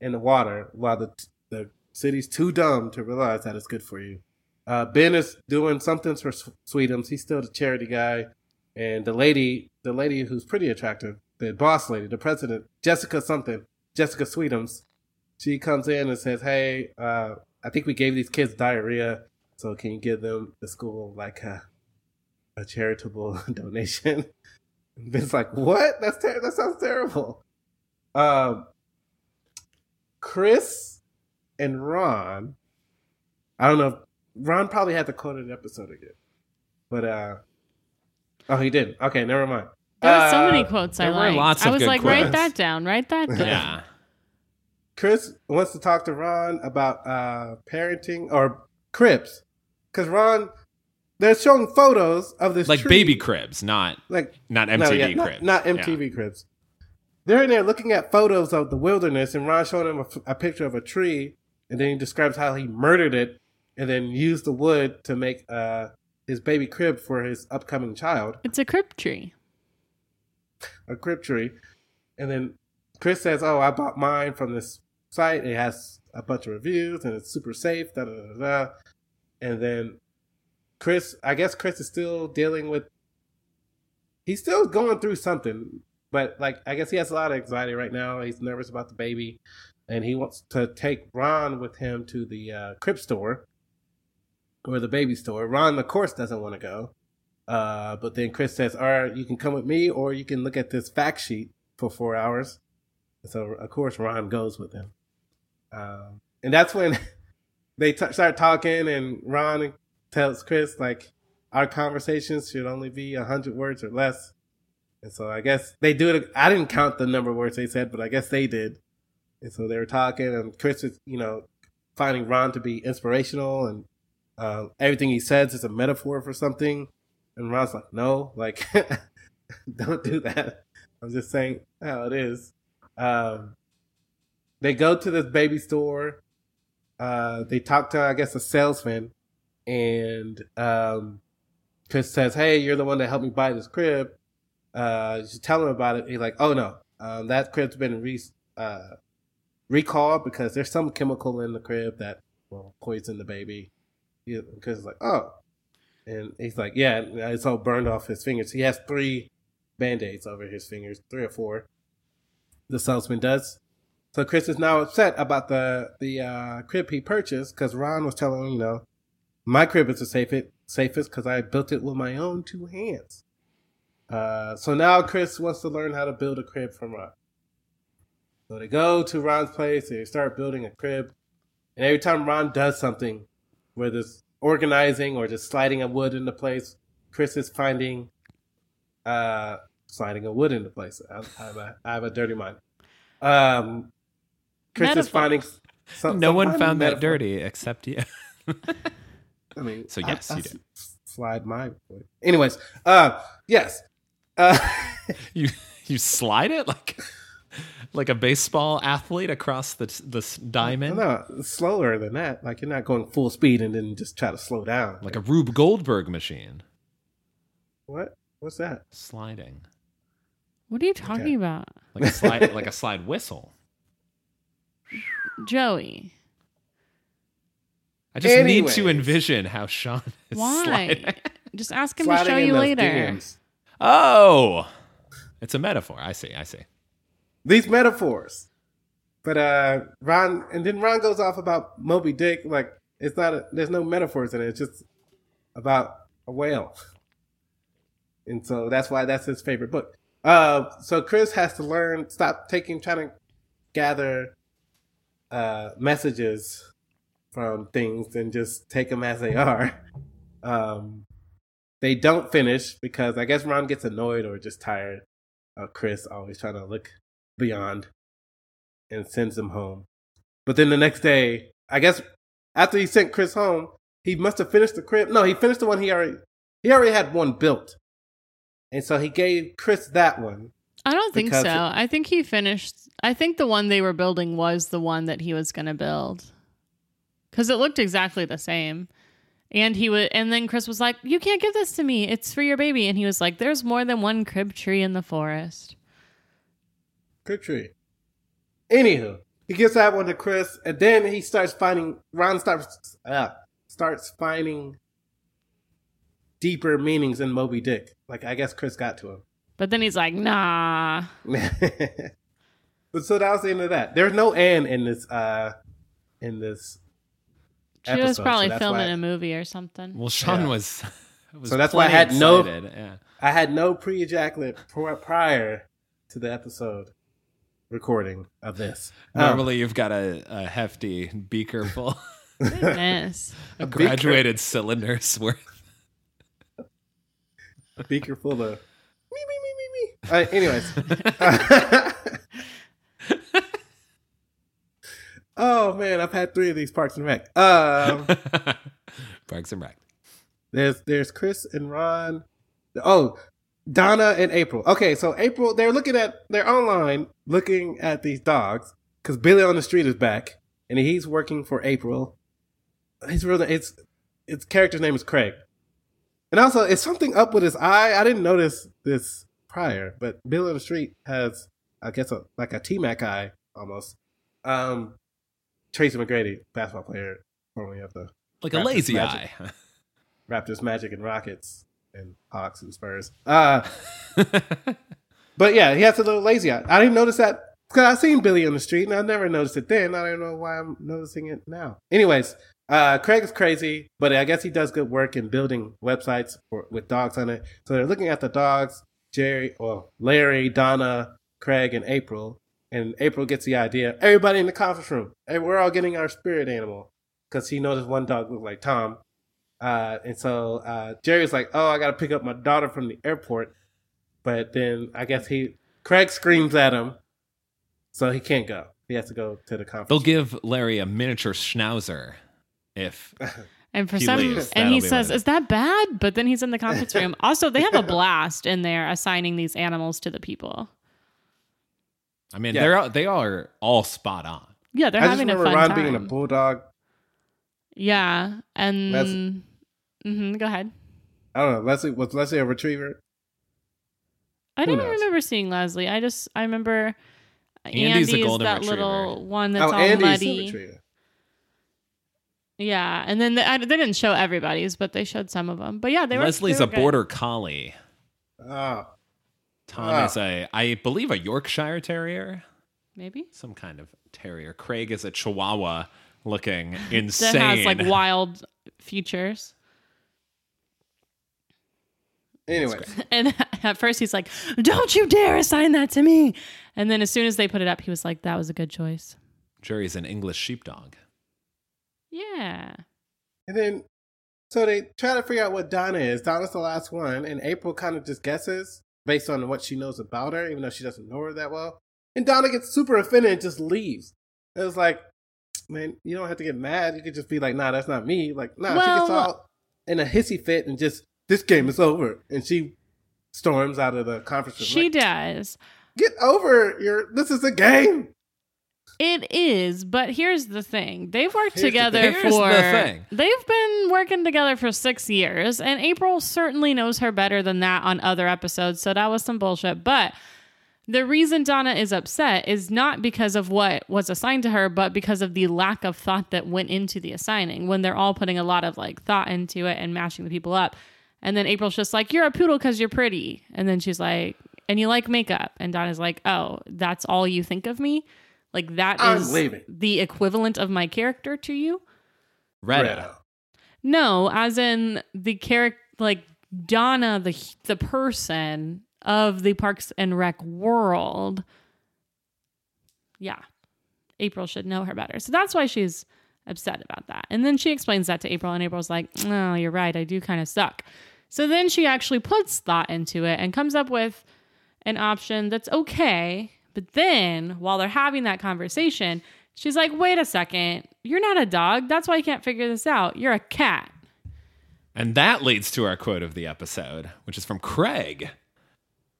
Speaker 4: in the water while the the city's too dumb to realize that it's good for you uh, Ben is doing something for S- Sweetums. He's still the charity guy, and the lady, the lady who's pretty attractive, the boss lady, the president, Jessica something, Jessica Sweetums. She comes in and says, "Hey, uh, I think we gave these kids diarrhea, so can you give them the school like a, a charitable donation?" And Ben's like, "What? That's ter- that sounds terrible." Um, Chris and Ron. I don't know if Ron probably had to quote an episode again. But uh Oh he didn't. Okay, never mind.
Speaker 2: There were so
Speaker 4: Uh,
Speaker 2: many quotes I
Speaker 3: there were
Speaker 2: liked.
Speaker 3: lots
Speaker 2: I
Speaker 3: of
Speaker 2: was
Speaker 3: good
Speaker 2: like,
Speaker 3: quotes.
Speaker 2: write that down. Write that down.
Speaker 3: Yeah.
Speaker 4: Chris wants to talk to Ron about uh parenting or cribs. Cause Ron they're showing photos of this
Speaker 3: Like
Speaker 4: tree.
Speaker 3: baby cribs, not
Speaker 4: like
Speaker 3: not MTV
Speaker 4: no, yeah, not-
Speaker 3: cribs.
Speaker 4: Not,
Speaker 3: Yeah.
Speaker 4: MTV Cribs. They're in there looking at photos of the wilderness, and Ron showed him a, a picture of a tree, and then he describes how he murdered it and then used the wood to make uh, his baby crib for his upcoming child,
Speaker 2: It's a crib tree.
Speaker 4: a crib tree. And then Chris says, Oh, I bought mine from this site. It has a bunch of reviews and it's super safe. Da, da, da, da. And then Chris, I guess Chris is still dealing with. He's still going through something, but like I guess he has a lot of anxiety right now. He's nervous about the baby, and he wants to take Ron with him to the uh, crib store or the baby store. Ron, of course, doesn't want to go, uh, but then Chris says, "All right, you can come with me, or you can look at this fact sheet for four hours." So of course, Ron goes with him, um, and that's when they t- start talking, and Ron tells Chris like our conversations should only be a hundred words or less. And so I guess they do it. I didn't count the number of words they said, but I guess they did. And so they were talking, and Chris is, you know, finding Ron to be inspirational, and uh, everything he says is a metaphor for something. And Ron's like, no, like, don't do that. I'm just saying how it is. Um, they go to this baby store. Uh, they talk to, I guess, a salesman, and um, Chris says, "Hey, you're the one that helped me buy this crib. Uh, you should tell him about it." He's like, "Oh no, um, that crib's been re- uh, recalled because there's some chemical in the crib that will poison the baby." He- Chris is like, "Oh," and he's like, "Yeah, and it's all burned off his fingers. He has three band-aids over his fingers, three or four." The salesman does. So Chris is now upset about the the uh, crib he purchased because Ron was telling him, you know, my crib is the safest safest because I built it with my own two hands. Uh, so now Chris wants to learn how to build a crib from Ron. So they go to Ron's place, they start building a crib, and every time Ron does something, whether it's organizing or just sliding a wood into place, Chris is finding uh, sliding a wood into place. I, I, have, a, I have a dirty mind. Um, Chris is
Speaker 2: Metaphor.
Speaker 4: finding. Some,
Speaker 3: no
Speaker 4: some
Speaker 3: one
Speaker 4: kind of
Speaker 3: found that
Speaker 4: metaphor.
Speaker 3: dirty except you.
Speaker 4: I mean,
Speaker 3: So
Speaker 4: I-
Speaker 3: yes,
Speaker 4: I
Speaker 3: you
Speaker 4: s-
Speaker 3: did.
Speaker 4: Slide my. Anyways, uh, yes, uh,
Speaker 3: you you slide it like like a baseball athlete across the the s- diamond,
Speaker 4: no, slower than that. Like you're not going full speed and then just try to slow down.
Speaker 3: like a Rube Goldberg machine
Speaker 4: what? What's that?
Speaker 3: sliding,
Speaker 2: What are you talking
Speaker 4: Okay.
Speaker 2: about?
Speaker 3: like a slide like a slide whistle.
Speaker 2: Joey.
Speaker 3: I just need to
Speaker 4: Anyways.
Speaker 3: envision how Sean is
Speaker 2: Why?
Speaker 3: sliding.
Speaker 2: Just ask him to
Speaker 4: Sliding
Speaker 2: show
Speaker 4: in
Speaker 2: you
Speaker 4: those
Speaker 2: later.
Speaker 4: DMs.
Speaker 3: Oh, it's a metaphor. I see. I see.
Speaker 4: These metaphors. But uh, Ron, and then Ron goes off about Moby Dick. Like it's not. A, there's no metaphors in it. It's just about a whale. And so that's why that's his favorite book. Uh, so Chris has to learn stop taking trying to gather uh, messages from things and just take them as they are. Um, they don't finish because I guess Ron gets annoyed or just tired of Chris always trying to look beyond and sends him home. But then the next day, I guess after he sent Chris home, he must have finished the crib. No, he finished the one he already he already had one built. And so he gave Chris that one.
Speaker 2: I don't think
Speaker 4: Because
Speaker 2: so. I think he finished. I think the one they were building was the one that he was going to build because it looked exactly the same. And he would, and then Chris was like, "You can't give this to me. It's for your baby." And he was like, "There's more than one crib tree in the forest."
Speaker 4: Crib tree. Anywho, he gives that one to Chris, and then he starts finding Ron starts uh, starts finding deeper meanings in Moby Dick. Like I guess Chris got to him.
Speaker 2: But then he's like, "Nah."
Speaker 4: but so that was the end of that. There's no end in this uh in this
Speaker 2: She
Speaker 4: episode.
Speaker 2: was
Speaker 4: so
Speaker 2: probably
Speaker 4: that's
Speaker 2: filming
Speaker 4: why
Speaker 2: a movie or something.
Speaker 3: Well, Sean
Speaker 4: Yeah.
Speaker 3: was, was.
Speaker 4: So that's why I
Speaker 3: plenty
Speaker 4: had no-
Speaker 3: excited, Yeah.
Speaker 4: I had no pre-ejaculate pr- prior to the episode recording of this. Um,
Speaker 3: Normally, you've got a, a hefty beaker full,
Speaker 2: Goodness.
Speaker 3: of graduated cylinders worth.
Speaker 4: beaker full of me me me me me. Uh, anyways. oh man, I've had three of these Parks and Rec. Um
Speaker 3: Parks and Rec.
Speaker 4: There's there's Chris and Ron. Oh, Donna and April. Okay, so April, they're looking at they're online looking at these dogs because Billy on the street is back and he's working for April. His real it's its character's name is Craig, and also it's something up with his eye. I didn't notice this prior, but Billy on the street has I guess a, like a T Mac eye almost. Um, Tracy McGrady, basketball player, formerly of the
Speaker 3: Like a
Speaker 4: Raptors
Speaker 3: lazy
Speaker 4: Magic.
Speaker 3: eye.
Speaker 4: Raptors, Magic, and Rockets, and Hawks and Spurs. Uh, but yeah, he has a little lazy eye. I didn't notice that because I've seen Billy on the street and I never noticed it then. I don't know why I'm noticing it now. Anyways, uh, Craig is crazy, but I guess he does good work in building websites for, with dogs on it. So they're looking at the dogs, Jerry, well, Larry, Donna, Craig, and April. And April gets the idea. Everybody in the conference room, hey, we're all getting our spirit animal because he noticed one dog looked like Tom. Uh, and so uh, Jerry's like, "Oh, I got to pick up my daughter from the airport," but then I guess he Craig screams at him, so he can't go. He has to go to the conference.
Speaker 3: They'll give Larry a miniature schnauzer if
Speaker 2: And for
Speaker 3: He
Speaker 2: some,
Speaker 3: leaves.
Speaker 2: and
Speaker 3: That'll
Speaker 2: he
Speaker 3: be
Speaker 2: says,
Speaker 3: when-
Speaker 2: "Is that bad?" But then he's in the conference room. Also, they have a blast in there assigning these animals to the people.
Speaker 3: I mean
Speaker 4: Yeah.
Speaker 3: they're all- they are all spot on.
Speaker 2: Yeah, they're
Speaker 4: I just
Speaker 2: having a
Speaker 4: remember
Speaker 2: fun
Speaker 4: Ron
Speaker 2: time.
Speaker 4: being a bulldog.
Speaker 2: yeah, and Mhm, go ahead.
Speaker 4: I don't know. Leslie was Leslie a retriever?
Speaker 2: I
Speaker 4: Who
Speaker 2: don't
Speaker 4: knows?
Speaker 2: remember seeing Leslie. I just I remember
Speaker 3: Andy's a
Speaker 2: Andy's,
Speaker 3: golden
Speaker 2: that
Speaker 3: retriever.
Speaker 2: little one that's all
Speaker 4: Andy's Oh, a
Speaker 2: muddy.
Speaker 4: retriever.
Speaker 2: Yeah, and then the, I, they didn't show everybody's, but they showed some of them. But yeah, they were.
Speaker 3: Leslie's
Speaker 2: they
Speaker 3: a
Speaker 2: were good.
Speaker 3: border collie.
Speaker 4: Oh,
Speaker 3: Tom
Speaker 4: Ah.
Speaker 3: is a I believe a Yorkshire terrier,
Speaker 2: maybe
Speaker 3: some kind of terrier. Craig is a chihuahua looking
Speaker 2: that
Speaker 3: insane.
Speaker 2: has like wild features.
Speaker 4: anyways,
Speaker 2: And at first he's like, "Don't you dare assign that to me!" And then as soon as they put it up, he was like, "That was a good choice."
Speaker 3: Jerry's an English sheepdog.
Speaker 2: Yeah.
Speaker 4: and then so they try to figure out what Donna is. Donna's the last one, and April kind of just guesses based on what she knows about her, even though she doesn't know her that well. And Donna gets super offended and just leaves. It was like, man, you don't have to get mad. You could just be like, nah, that's not me. Like, nah, she gets
Speaker 2: Well-
Speaker 4: all in a hissy fit and just this game is over, and she storms out of the conference room.
Speaker 2: She
Speaker 4: Like,
Speaker 2: does.
Speaker 4: get over your. This is a game.
Speaker 2: It is, but here's the thing. They've worked
Speaker 4: Here's the
Speaker 2: together
Speaker 4: thing.
Speaker 3: Here's
Speaker 2: for
Speaker 3: the thing.
Speaker 2: They've been working together for 6 years and April certainly knows her better than that on other episodes, so that was some bullshit. But the reason Donna is upset is not because of what was assigned to her, but because of the lack of thought that went into the assigning when they're all putting a lot of like thought into it and mashing the people up. And then April's just like, You're a poodle because you're pretty. And then she's like, And you like makeup. And Donna's like, Oh, that's all you think of me? Like, that
Speaker 4: I'm
Speaker 2: is
Speaker 4: leaving.
Speaker 2: the equivalent of my character to you?
Speaker 3: Retta.
Speaker 2: No, as in the character, like Donna, the the person of the Parks and Rec world. Yeah, April should know her better, so that's why she's upset about that. And then she explains that to April, and April's like, "No, you're right. I do kind of suck." So then she actually puts thought into it and comes up with an option that's okay. But then while they're having that conversation, she's like, wait a second, you're not a dog. That's why you can't figure this out. You're a cat.
Speaker 3: And that leads to our quote of the episode, which is from Craig,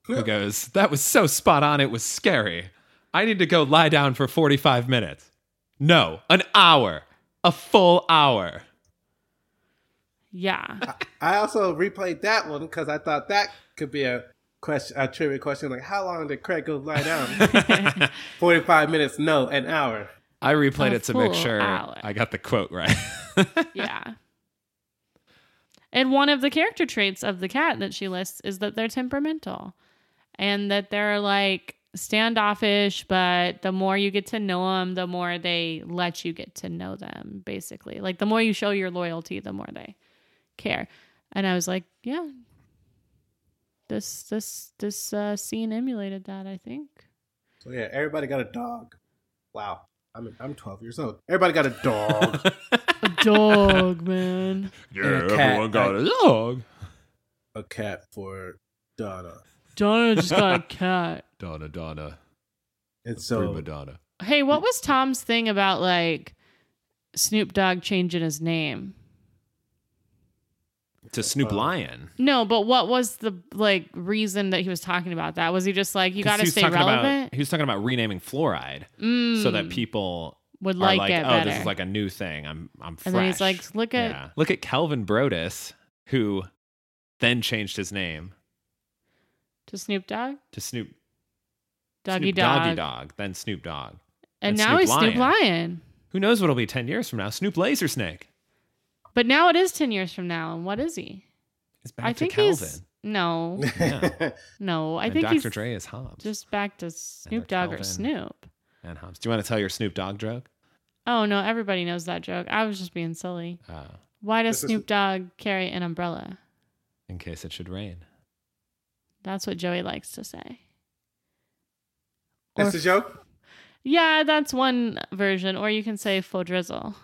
Speaker 3: who goes, That was so spot on, it was scary. I need to go lie down for 45 minutes. No, an hour, a full hour.
Speaker 2: Yeah.
Speaker 4: I also replayed that one because I thought that could be a question, a trivia question, like how long did Craig go lie down? Forty-five minutes? No, an hour.
Speaker 3: I replayed
Speaker 2: A
Speaker 3: it to make
Speaker 2: full
Speaker 3: sure
Speaker 2: hour.
Speaker 3: I got the quote right.
Speaker 2: yeah. And one of the character traits of the cat that she lists is that they're temperamental and that they're like standoffish, but the more you get to know them, the more they let you get to know them, basically. Like the more you show your loyalty, the more they care. And I was like, yeah. This this this uh, scene emulated that, I think.
Speaker 4: So yeah, everybody got a dog. Wow, I'm I'm twelve years old. Everybody got a dog.
Speaker 2: A dog, man.
Speaker 3: yeah,
Speaker 4: And a cat, everyone got
Speaker 3: a dog.
Speaker 4: a cat for Donna,
Speaker 2: Donna just got a cat.
Speaker 3: Donna, Donna,
Speaker 4: and so
Speaker 3: Donna.
Speaker 2: Hey, what was Tom's thing about like Snoop Dogg changing his name?
Speaker 3: To Snoop
Speaker 4: Uh,
Speaker 3: Lion.
Speaker 2: No, but what was the like reason that he was talking about that? Was he just like you
Speaker 3: 'Cause
Speaker 2: got to
Speaker 3: he was
Speaker 2: stay
Speaker 3: talking
Speaker 2: relevant?
Speaker 3: About, he was talking about renaming fluoride
Speaker 2: Mm,
Speaker 3: so that people
Speaker 2: would
Speaker 3: are
Speaker 2: like,
Speaker 3: like,
Speaker 2: it
Speaker 3: oh,
Speaker 2: better.
Speaker 3: this is like a new thing. I'm, I'm fresh.
Speaker 2: and then he's like, look at
Speaker 3: Yeah. Look at Calvin Brodus, who then changed his name
Speaker 2: to Snoop Dogg,
Speaker 3: to Snoop
Speaker 2: Doggy
Speaker 3: Snoop
Speaker 2: Dog,
Speaker 3: Doggy Dog, then Snoop Dogg.
Speaker 2: and
Speaker 3: and
Speaker 2: now
Speaker 3: Snoop
Speaker 2: he's Snoop
Speaker 3: Lion.
Speaker 2: Lion.
Speaker 3: Who knows what'll be ten years from now? Snoop Laser Snake.
Speaker 2: But now it is 10 years from now. And what is he?
Speaker 3: It's back
Speaker 2: I
Speaker 3: to
Speaker 2: think
Speaker 3: Calvin.
Speaker 2: he's. No,
Speaker 3: Yeah.
Speaker 2: no. I
Speaker 3: and
Speaker 2: think
Speaker 3: Dr.
Speaker 2: he's
Speaker 3: Dre is Hobbs.
Speaker 2: just back to Snoop
Speaker 3: they're
Speaker 2: Dogg or
Speaker 3: Calvin.
Speaker 2: Snoop.
Speaker 3: and Hobbs. Do you want to tell your Snoop Dogg joke?
Speaker 2: Oh, no. Everybody knows that joke. I was just being silly.
Speaker 3: Uh,
Speaker 2: Why does
Speaker 4: This is-
Speaker 2: Snoop Dogg carry an umbrella?
Speaker 3: in case it should rain.
Speaker 2: That's what Joey likes to say.
Speaker 4: That's a joke.
Speaker 2: Yeah, that's one version. Or you can say full drizzle.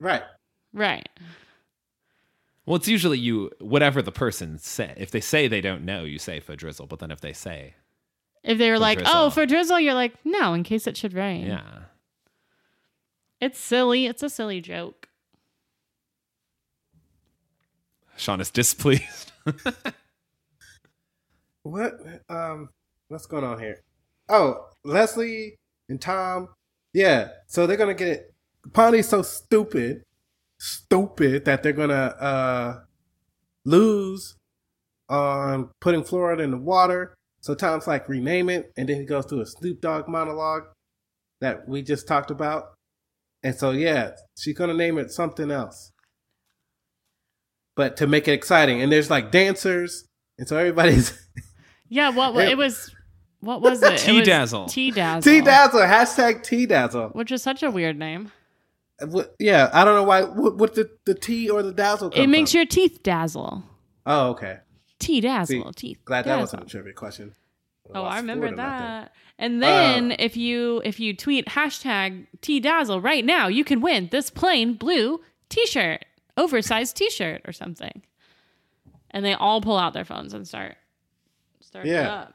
Speaker 4: Right.
Speaker 2: Right.
Speaker 3: Well, it's usually you, whatever the person say. If they say they don't know, you say for drizzle. But then if they say,
Speaker 2: If they were
Speaker 3: For
Speaker 2: like,
Speaker 3: drizzle.
Speaker 2: oh, for drizzle, you're like, no, in case it should rain.
Speaker 3: yeah,
Speaker 2: It's silly. It's a silly joke.
Speaker 3: Sean is displeased.
Speaker 4: What? Um, what's going on here? Oh, Leslie and Tom. Yeah, so they're gonna get Pawnee's so stupid, stupid that they're gonna uh lose on putting fluoride in the water. So Tom's like, rename it, and then he goes through a Snoop Dogg monologue that we just talked about. And so yeah, she's gonna name it something else. But to make it exciting, and there's like dancers, and so everybody's
Speaker 2: Yeah. What? what
Speaker 4: Yeah.
Speaker 2: it was. What was it?
Speaker 3: Tea Dazzle.
Speaker 2: T dazzle.
Speaker 4: T Dazzle, hashtag T Dazzle.
Speaker 2: Which is such a weird name.
Speaker 4: What- Yeah, I don't know why. What, what the the T or the Dazzle? Come
Speaker 2: it makes
Speaker 4: from?
Speaker 2: your teeth dazzle.
Speaker 4: Oh, okay.
Speaker 2: T dazzle. Teeth.
Speaker 4: Glad that
Speaker 2: dazzle.
Speaker 4: wasn't a trivia question.
Speaker 2: Oh,
Speaker 4: lost
Speaker 2: I remember
Speaker 4: boredom out there.
Speaker 2: that.
Speaker 4: Uh,
Speaker 2: And then if you if you tweet hashtag T Dazzle right now, you can win this plain blue T-shirt, oversized T-shirt or something. And they all pull out their phones and start start it
Speaker 4: Yeah.
Speaker 2: up.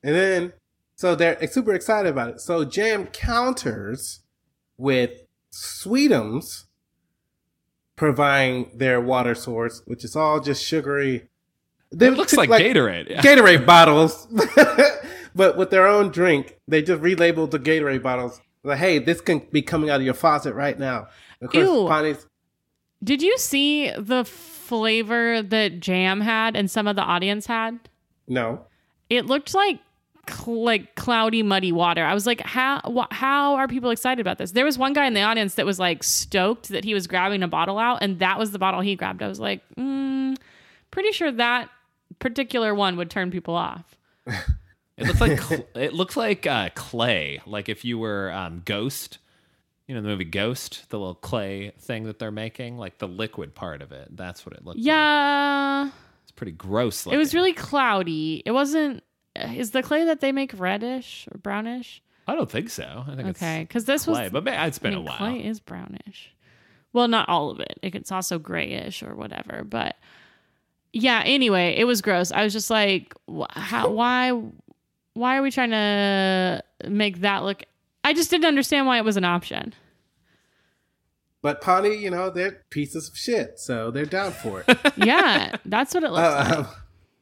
Speaker 4: And then, so they're super excited about it. So Jam counters with Sweetums providing their water source, which is all just sugary. They
Speaker 3: It looks like, Gatorade. Yeah.
Speaker 4: Gatorade bottles, but with their own drink. They just relabeled the Gatorade bottles. Like, hey, this can be coming out of your faucet right now. Of course,
Speaker 2: Ew.
Speaker 4: Bonnie's-
Speaker 2: Did you see the flavor that Jam had and some of the audience had?
Speaker 4: no.
Speaker 2: It looked like cl- like cloudy muddy water. I was like, how wh- how are people excited about this? There was one guy in the audience that was like stoked that he was grabbing a bottle out, and that was the bottle he grabbed. I was like, mm, pretty sure that particular one would turn people off.
Speaker 3: It looks like cl- it looks like uh, clay. Like if you were um, Ghost, you know the movie Ghost, the little clay thing that they're making, like the liquid part of it. That's what it looked. like.
Speaker 2: Yeah,
Speaker 3: it's pretty gross.
Speaker 2: it
Speaker 3: Looking.
Speaker 2: was really cloudy. It wasn't. Is the clay that they make reddish or brownish?
Speaker 3: I don't think so. I think
Speaker 2: Okay,
Speaker 3: okay.
Speaker 2: because this
Speaker 3: it's clay,
Speaker 2: was
Speaker 3: but ma- it's been
Speaker 2: I mean,
Speaker 3: a while.
Speaker 2: Clay is brownish. Well, not all of it. Like, It's also grayish or whatever. But yeah, anyway, it was gross. I was just like, wh- how, why, why are we trying to make that look? I just didn't understand why it was an option.
Speaker 4: But Pawnee, you know, they're pieces of shit, so they're down for it.
Speaker 2: Yeah, that's what it looks like.
Speaker 4: Uh,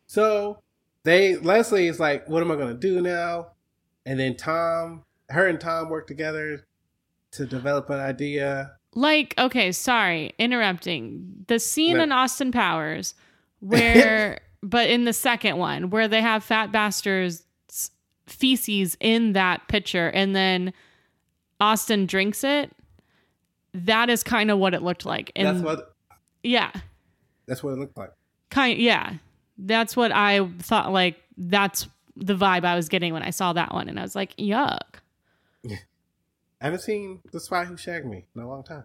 Speaker 4: so they Leslie is like, "What am I gonna do now?" And then Tom, her and Tom work together to develop an idea.
Speaker 2: Like, okay, sorry, interrupting. The scene
Speaker 4: No.
Speaker 2: in Austin Powers where, but in the second one, where they have Fat Bastard's feces in that pitcher and then Austin drinks it. That is kind of what it looked like. And
Speaker 4: that's what
Speaker 2: yeah,
Speaker 4: that's what it looked like.
Speaker 2: kind yeah. That's what I thought like that's the vibe I was getting when I saw that one and I was like, yuck.
Speaker 4: I haven't seen The Spy Who Shagged Me in a long time.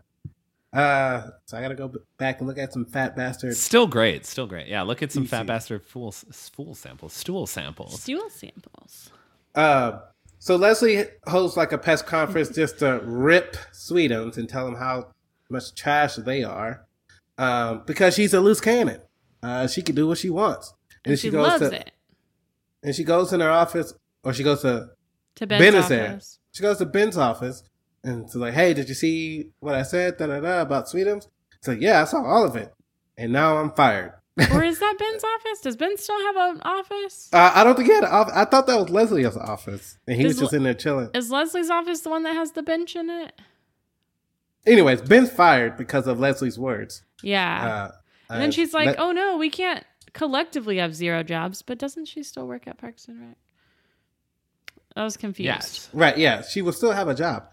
Speaker 4: Uh, so I gotta go b- back and look at some fat bastard.
Speaker 3: Still great, still great. Yeah, look at some
Speaker 4: Easy.
Speaker 3: fat bastard fool s- fool samples, stool samples.
Speaker 2: Stool samples.
Speaker 4: Uh, so Leslie holds like a press conference just to rip Sweetums and tell them how much trash they are, um, because she's a loose cannon. Uh, she can do what she wants,
Speaker 2: And, she, loves
Speaker 4: to
Speaker 2: it.
Speaker 4: and she goes in her office, or she goes to
Speaker 2: To
Speaker 4: Ben
Speaker 2: Ben's
Speaker 4: is there.
Speaker 2: office.
Speaker 4: she goes to Ben's office and she's like, "Hey, did you see what I said? Da da da about Sweetums." It's like, "Yeah, I saw all of it, and now I'm fired."
Speaker 2: or is that Ben's office? Does Ben still have an office?
Speaker 4: Uh, I don't think he had an office. I thought that was Leslie's office, and he
Speaker 2: Does
Speaker 4: was just
Speaker 2: Le-
Speaker 4: in there chilling.
Speaker 2: Is Leslie's office the one that has the bench in it?
Speaker 4: Anyways, Ben's fired because of Leslie's words.
Speaker 2: Yeah.
Speaker 4: Uh,
Speaker 2: Ah. and then
Speaker 4: uh,
Speaker 2: she's like,
Speaker 4: Le-
Speaker 2: "Oh no, we can't collectively have zero jobs." But doesn't she still work at Parks and Rec? I was confused.
Speaker 3: Yes.
Speaker 4: right, yeah, she will still have a job."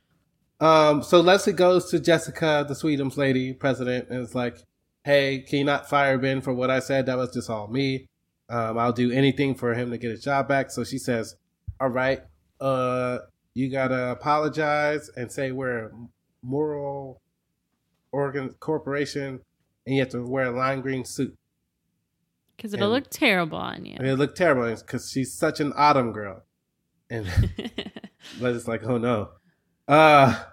Speaker 4: Um, so Leslie goes to Jessica, the Sweetums lady, president, and is like, "Hey, can you not fire Ben for what I said? That was just all me. Um, I'll do anything for him to get his job back." So she says, "All right, uh, you gotta apologize and say we're a moral organ corporation, and you have to wear a lime green suit."
Speaker 2: because it'll
Speaker 4: And-
Speaker 2: look terrible on you.
Speaker 4: And it looked terrible because she's such an autumn girl, and But it's like, oh no. Uh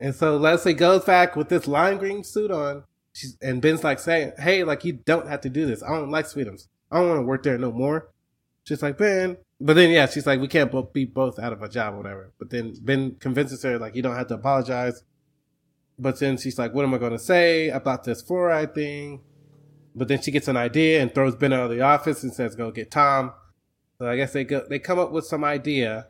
Speaker 4: and so Leslie goes back with this lime green suit on. She's, and Ben's like saying, Hey, like you don't have to do this. I don't like Sweetums. I don't want to work there no more. She's like, Ben. But then yeah, she's like, We can't both be both out of a job, whatever. But then Ben convinces her, like, you don't have to apologize. But then she's like, What am I gonna say about this fluoride thing? But then she gets an idea and throws Ben out of the office and says, Go get Tom. So I guess they go they come up with some idea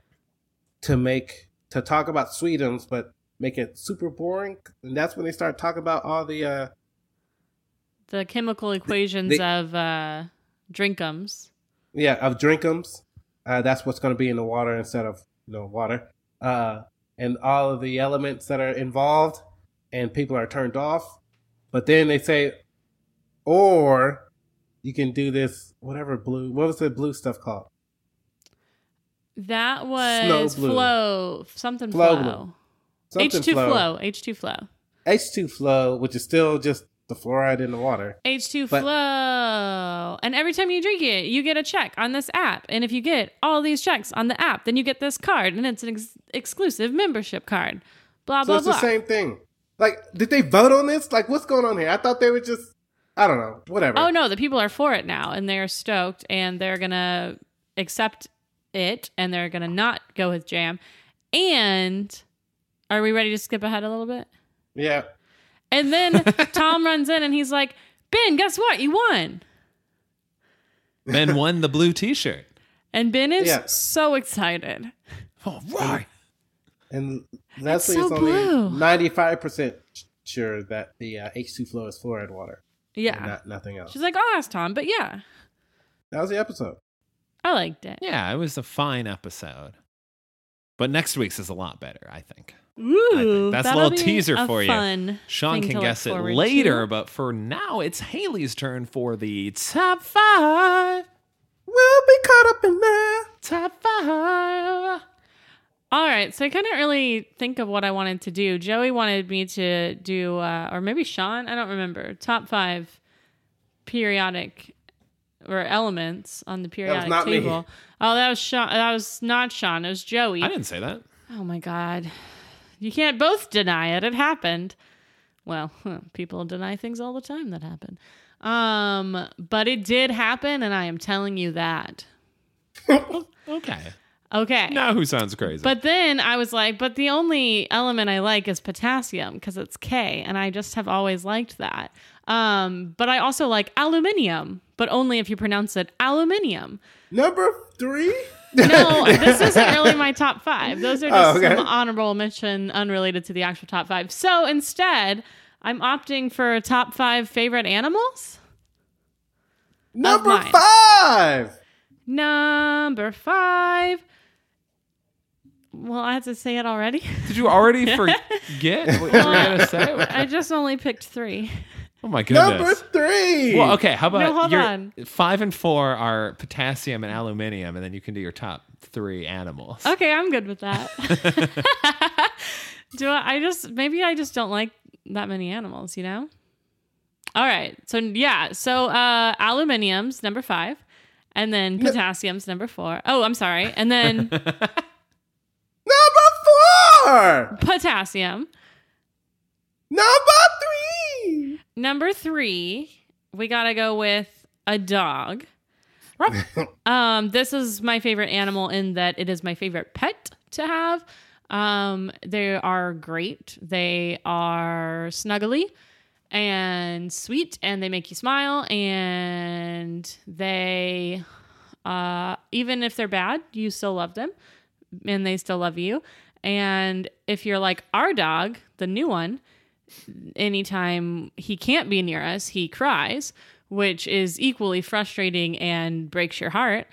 Speaker 4: to make to talk about Sweetums, but make it super boring. And that's when they start talking about all the uh
Speaker 2: the chemical equations of uh, drinkums.
Speaker 4: yeah of drinkums. Uh, that's what's going to be in the water instead of you know water, uh, and all of the elements that are involved, and people are turned off. But then they say, or you can do this whatever blue. What was the blue stuff called?
Speaker 2: That
Speaker 4: Slow
Speaker 2: was
Speaker 4: blue.
Speaker 2: flow, something
Speaker 4: Flow
Speaker 2: flow. H
Speaker 4: Something
Speaker 2: two flow, H two flow,
Speaker 4: H two flow, which is still just the fluoride in the water.
Speaker 2: H two
Speaker 4: But-
Speaker 2: flow. And every time you drink it, you get a check on this app. And if you get all these checks on the app, then you get this card, and it's an ex- exclusive membership card. Blah
Speaker 4: So
Speaker 2: blah
Speaker 4: it's
Speaker 2: blah.
Speaker 4: the same thing. Like, did they vote on this? Like, what's going on here? I thought they were just, I don't know, whatever.
Speaker 2: Oh no, the people are for it now and they're stoked and they're gonna accept it and they're gonna not go with jam. And are we ready to skip ahead a little bit?
Speaker 4: Yeah.
Speaker 2: And then Tom runs in and he's like, Ben, guess what? You won.
Speaker 3: Ben won the blue T-shirt.
Speaker 2: And Ben is
Speaker 4: Yeah.
Speaker 2: so excited. Oh,
Speaker 3: All right.
Speaker 4: And Leslie
Speaker 2: so
Speaker 4: is only
Speaker 2: blue.
Speaker 4: ninety-five percent sure that the uh, H two flow is fluoride water, and
Speaker 2: Yeah.
Speaker 4: not nothing else.
Speaker 2: She's like, I'll ask Tom, but yeah,
Speaker 4: That was the episode.
Speaker 2: I liked it.
Speaker 3: Yeah, it was a fine episode. But next week's is a lot better, I think.
Speaker 2: Ooh,
Speaker 3: that's a
Speaker 2: that'll
Speaker 3: little
Speaker 2: be
Speaker 3: teaser
Speaker 2: a
Speaker 3: for you.
Speaker 2: Fun
Speaker 3: Sean
Speaker 2: thing to
Speaker 3: can
Speaker 2: look
Speaker 3: guess it
Speaker 2: forward
Speaker 3: later,
Speaker 2: to.
Speaker 3: but for now, it's Haley's turn for the top five.
Speaker 4: We'll be caught up in there.
Speaker 3: Top five.
Speaker 2: Uh, All right, so I couldn't really think of what I wanted to do. Joey wanted me to do, uh, or maybe Sean, I don't remember, top five periodic or elements on the periodic
Speaker 4: not me.
Speaker 2: table. Oh, that was Sean. That was not Sean. It was Joey.
Speaker 3: I didn't say that.
Speaker 2: Oh my God. You can't both deny it. It happened. Well, huh, people deny things all the time that happen. Um, but it did happen, and I am telling you that.
Speaker 3: Okay.
Speaker 2: Okay.
Speaker 3: Now who sounds crazy?
Speaker 2: But then I was like, but the only element I like is potassium because it's K, and I just have always liked that. Um, but I also like aluminium, but only if you pronounce it aluminium.
Speaker 4: Number three.
Speaker 2: No, this isn't really my top five. Those are just
Speaker 4: Oh, okay.
Speaker 2: some honorable mention unrelated to the actual top five. So instead, I'm opting for top five favorite animals.
Speaker 4: Number
Speaker 2: mine.
Speaker 4: five.
Speaker 2: Number five. Well, I had to say it already.
Speaker 3: Did you already forget what you were gonna say?
Speaker 2: I just only picked three.
Speaker 3: Oh my goodness.
Speaker 4: Number three.
Speaker 3: Well, okay. How about
Speaker 2: No, hold
Speaker 3: your-
Speaker 2: on.
Speaker 3: five and four are potassium and aluminium, and then you can do your top three animals.
Speaker 2: Okay, I'm good with that. Do I, I just maybe I just don't like that many animals, you know? All right. So yeah, so uh aluminium's number 5 and then potassium's number 4. Oh, I'm sorry. And then
Speaker 4: Number four.
Speaker 2: potassium.
Speaker 4: Number three.
Speaker 2: Number 3, we got to go with a dog. um this is my favorite animal in that it is my favorite pet to have. Um they are great. They are snuggly. and sweet and they make you smile and they uh even if they're bad you still love them and they still love you and if you're like our dog the new one anytime he can't be near us he cries which is equally frustrating and breaks your heart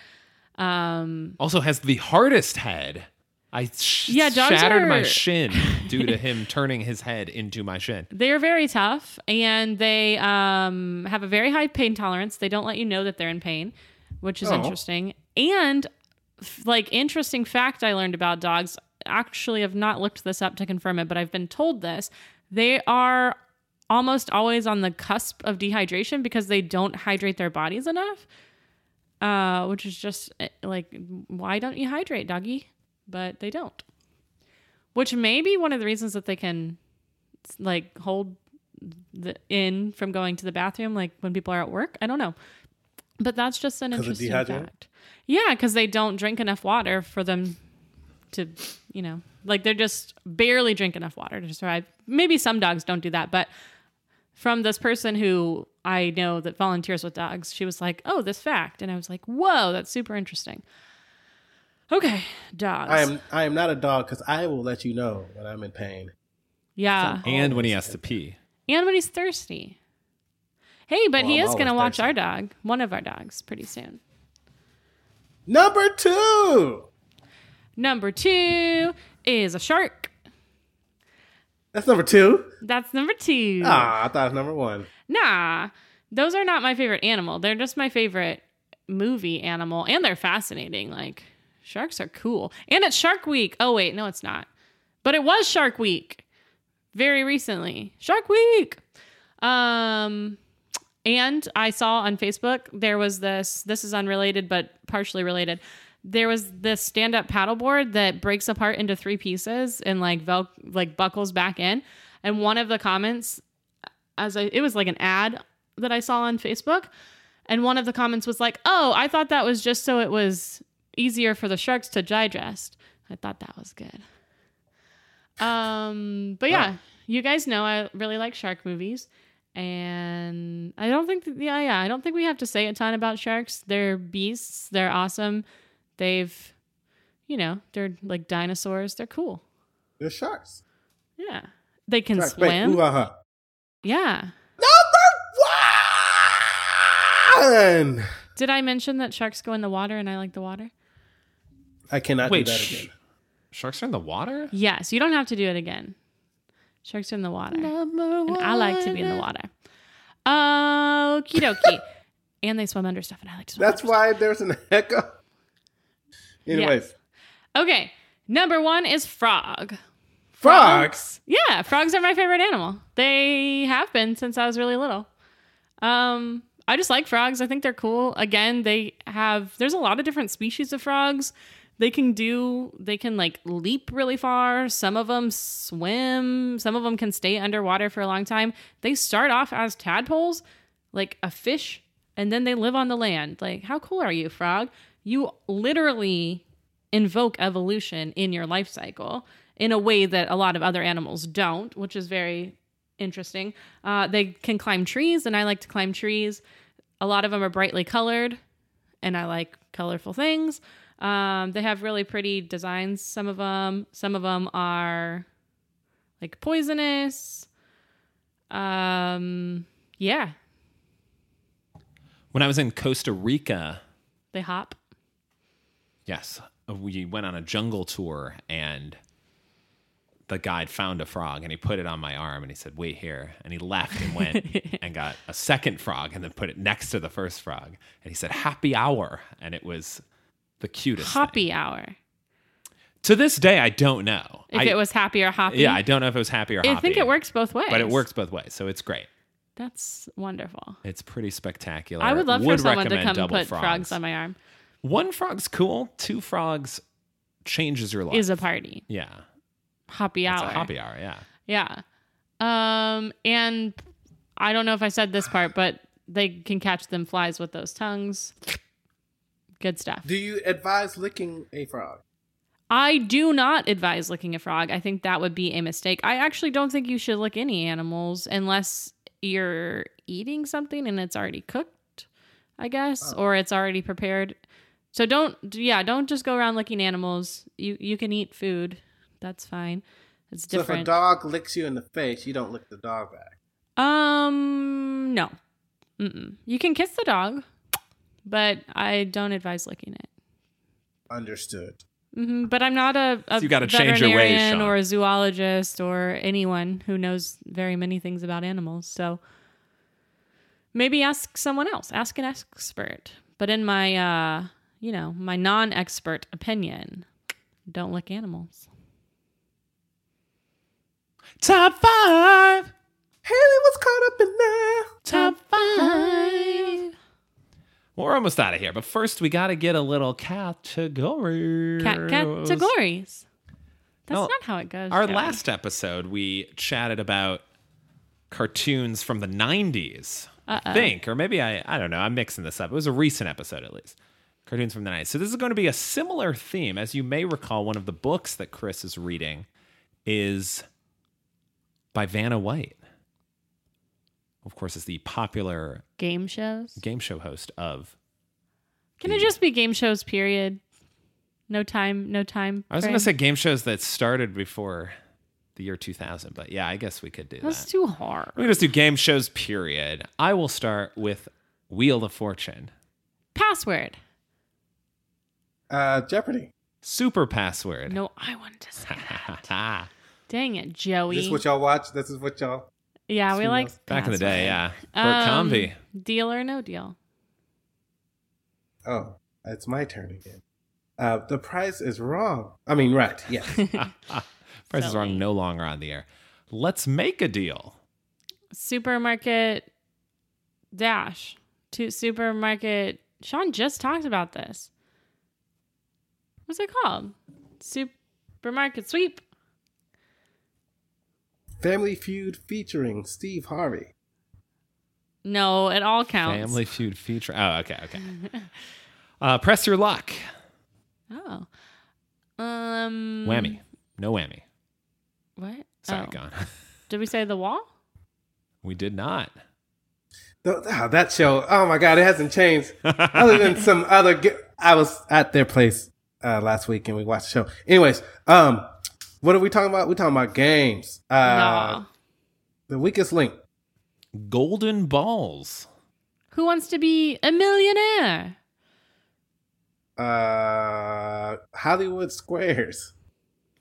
Speaker 2: um
Speaker 3: Also has the hardest head. I sh-
Speaker 2: Yeah, dogs
Speaker 3: shattered my
Speaker 2: are-
Speaker 3: shin due to him turning his head into my shin.
Speaker 2: They're very tough and they um, have a very high pain tolerance. They don't let you know that they're in pain, which is
Speaker 4: Oh.
Speaker 2: interesting. And f- like interesting fact I learned about dogs. Actually, I've not looked this up to confirm it, but I've been told this. They are almost always on the cusp of dehydration because they don't hydrate their bodies enough. Uh, which is just eh, like, why don't you hydrate, doggy? But they don't. Which may be one of the reasons that they can like hold the in from going to the bathroom like when people are at work i don't know but that's just an
Speaker 4: 'Cause of
Speaker 2: interesting
Speaker 4: dehydrate?
Speaker 2: fact yeah because they don't drink enough water for them to you know like they're just barely drink enough water to survive maybe some dogs don't do that but from this person who i know that volunteers with dogs she was like oh this fact and i was like whoa that's super interesting okay dogs
Speaker 4: I am I am not a dog because I will let you know when I'm in pain.
Speaker 2: yeah
Speaker 3: And when he has to pee.
Speaker 2: And when he's thirsty. Hey, but
Speaker 4: Well,
Speaker 2: he
Speaker 4: I'm
Speaker 2: is going to
Speaker 4: always
Speaker 2: watch
Speaker 4: thirsty.
Speaker 2: our dog, one of our dogs, pretty soon.
Speaker 4: Number two.
Speaker 2: Number two is a shark.
Speaker 4: That's number two.
Speaker 2: That's number two.
Speaker 4: Ah, I thought it was number one.
Speaker 2: Nah, those are not my favorite animal. They're just my favorite movie animal, and they're fascinating. Like, sharks are cool. And it's Shark Week. Oh, wait, no, it's not. But it was Shark Week very recently. Shark Week. Um, and I saw on Facebook there was this. This is unrelated, but partially related. There was this stand-up paddleboard that breaks apart into three pieces and like vel- like buckles back in. And one of the comments, as I, it was like an ad that I saw on Facebook, and one of the comments was like, "Oh, I thought that was just so it was easier for the sharks to digest." I thought that was good. Um, but yeah, you guys know I really like shark movies, and I don't think that, yeah yeah I don't think we have to say a ton about sharks. They're beasts. They're awesome. They've, you know, they're like dinosaurs. They're cool.
Speaker 4: They're sharks.
Speaker 2: Yeah, they can
Speaker 4: Sharks. Wait,
Speaker 2: swim.
Speaker 4: ooh, uh-huh.
Speaker 2: yeah.
Speaker 4: Number one.
Speaker 2: Did I mention that sharks go in the water and I like the water?
Speaker 4: I cannot
Speaker 3: Wait,
Speaker 4: do that
Speaker 3: sh-
Speaker 4: again.
Speaker 3: sharks are in the water?
Speaker 2: Yes, you don't have to do it again. Sharks are in the water. And I like to be in the water. Okie dokie. and they swim under stuff, and I like to swim.
Speaker 4: That's why there's an echo. Anyways,
Speaker 2: Yes. Okay. Number one is frog.
Speaker 4: frogs.
Speaker 2: Yeah, frogs are my favorite animal. They have been since I was really little. Um, I just like frogs. I think they're cool. Again, they have there's a lot of different species of frogs. They can do they can like leap really far. Some of them swim. Some of them can stay underwater for a long time. They start off as tadpoles, like a fish, and then they live on the land. Like how cool are you, frog? You literally invoke evolution in your life cycle in a way that a lot of other animals don't, which is very interesting. Uh, they can climb trees, and I like to climb trees. A lot of them are brightly colored, and I like colorful things. Um, they have really pretty designs, some of them. Some of them are like poisonous. Um, yeah,
Speaker 3: When I was in Costa Rica,
Speaker 2: they hop.
Speaker 3: Yes. We went on a jungle tour and the guide found a frog and he put it on my arm and he said, Wait here. And he left and went and got a second frog and then put it next to the first frog. And he said, Happy hour. And it was the cutest. thing.
Speaker 2: Hoppy hour.
Speaker 3: To this day, I don't know.
Speaker 2: If
Speaker 3: I-
Speaker 2: it was happy or hoppy.
Speaker 3: yeah, I don't know if it was happy or
Speaker 2: I
Speaker 3: hoppy.
Speaker 2: think it works both ways.
Speaker 3: But it works both ways. So it's great.
Speaker 2: That's wonderful.
Speaker 3: It's pretty spectacular.
Speaker 2: I would love for someone to
Speaker 3: recommend
Speaker 2: come
Speaker 3: double
Speaker 2: put frogs. on my arm.
Speaker 3: One frog's cool, two frogs changes your life.
Speaker 2: Is a party.
Speaker 3: Yeah.
Speaker 2: Happy
Speaker 3: It's
Speaker 2: hour.
Speaker 3: a happy hour. Yeah.
Speaker 2: Yeah. Um, and I don't know if I said this part, but they can catch them flies with those tongues. Good stuff.
Speaker 4: Do you advise licking a frog?
Speaker 2: I do not advise licking a frog. I think that would be a mistake. I actually don't think you should lick any animals unless you're eating something and it's already cooked, I guess,
Speaker 4: Oh.
Speaker 2: or it's already prepared. So don't yeah, don't just go around licking animals. You you can eat food. That's fine. It's
Speaker 4: So if a
Speaker 2: different.
Speaker 4: dog licks you in the face, you don't lick the dog back.
Speaker 2: um no. Mm-mm. You can kiss the dog, but I don't advise licking it.
Speaker 4: Understood.
Speaker 2: hmm but I'm not a, a
Speaker 3: So you gotta change your ways,
Speaker 2: veterinarian
Speaker 3: Sean.
Speaker 2: or a zoologist or anyone who knows very many things about animals. So maybe ask someone else. Ask an expert. But in my, uh, you know, my non-expert opinion, don't lick animals.
Speaker 3: Top five.
Speaker 4: Haley was caught up in there.
Speaker 3: Top five. Well, we're almost out of here, but first we got to get a little category.
Speaker 2: Cat categories. That's
Speaker 3: No,
Speaker 2: not how it goes.
Speaker 3: Our
Speaker 2: Joey.
Speaker 3: last episode, we chatted about cartoons from the 90s, I think, or maybe I, I don't know, I'm mixing this up. It was a recent episode, at least. Cartoons from the 90s. So, this is going to be a similar theme. As you may recall, one of the books that Chris is reading is by Vanna White. Of course, is the popular
Speaker 2: game shows.
Speaker 3: game show host of.
Speaker 2: Can it just be game shows? Period. No time. No time.
Speaker 3: I was going
Speaker 2: frame?
Speaker 3: to say game shows that started before the year 2000, but yeah, I guess we could do
Speaker 2: that's
Speaker 3: that.
Speaker 2: too hard.
Speaker 3: We just do game shows, period. I will start with Wheel of Fortune,
Speaker 2: Password.
Speaker 4: Uh, Jeopardy.
Speaker 3: Super Password.
Speaker 2: No, I wanted to say that.
Speaker 3: Back
Speaker 2: Dang it,
Speaker 4: This is
Speaker 2: Joey.
Speaker 4: what y'all watch. This is what y'all.
Speaker 2: Yeah, we
Speaker 4: Who
Speaker 2: like
Speaker 4: knows?
Speaker 3: in the
Speaker 2: Password.
Speaker 3: day, yeah. Bert
Speaker 2: Um,
Speaker 3: Comby.
Speaker 2: Deal or no deal.
Speaker 4: Oh, it's my turn again. Uh, the price is wrong. I mean, right. Yes.
Speaker 3: Price is
Speaker 2: silly.
Speaker 3: wrong, no longer on the air. Let's make a deal.
Speaker 2: Supermarket dash to supermarket. Sean just talked about this. What's it called? Supermarket sweep.
Speaker 4: Family Feud featuring Steve Harvey.
Speaker 2: No, it all counts.
Speaker 3: Family Feud feature. Oh, okay, okay. uh, press your luck.
Speaker 2: Oh. Um.
Speaker 3: Whammy. No whammy.
Speaker 2: What?
Speaker 3: Sorry,
Speaker 2: Oh.
Speaker 3: gone.
Speaker 2: Did we say the wall?
Speaker 3: We did not.
Speaker 4: Th- ah, that show. Oh my God, it hasn't changed. Other than some other. G- I was at their place uh, last week and we watched the show. Anyways, um, what are we talking about? We're talking about games. Uh,
Speaker 2: no.
Speaker 4: The weakest link.
Speaker 3: Golden Balls.
Speaker 2: Who wants to be a millionaire?
Speaker 4: Uh, Hollywood Squares.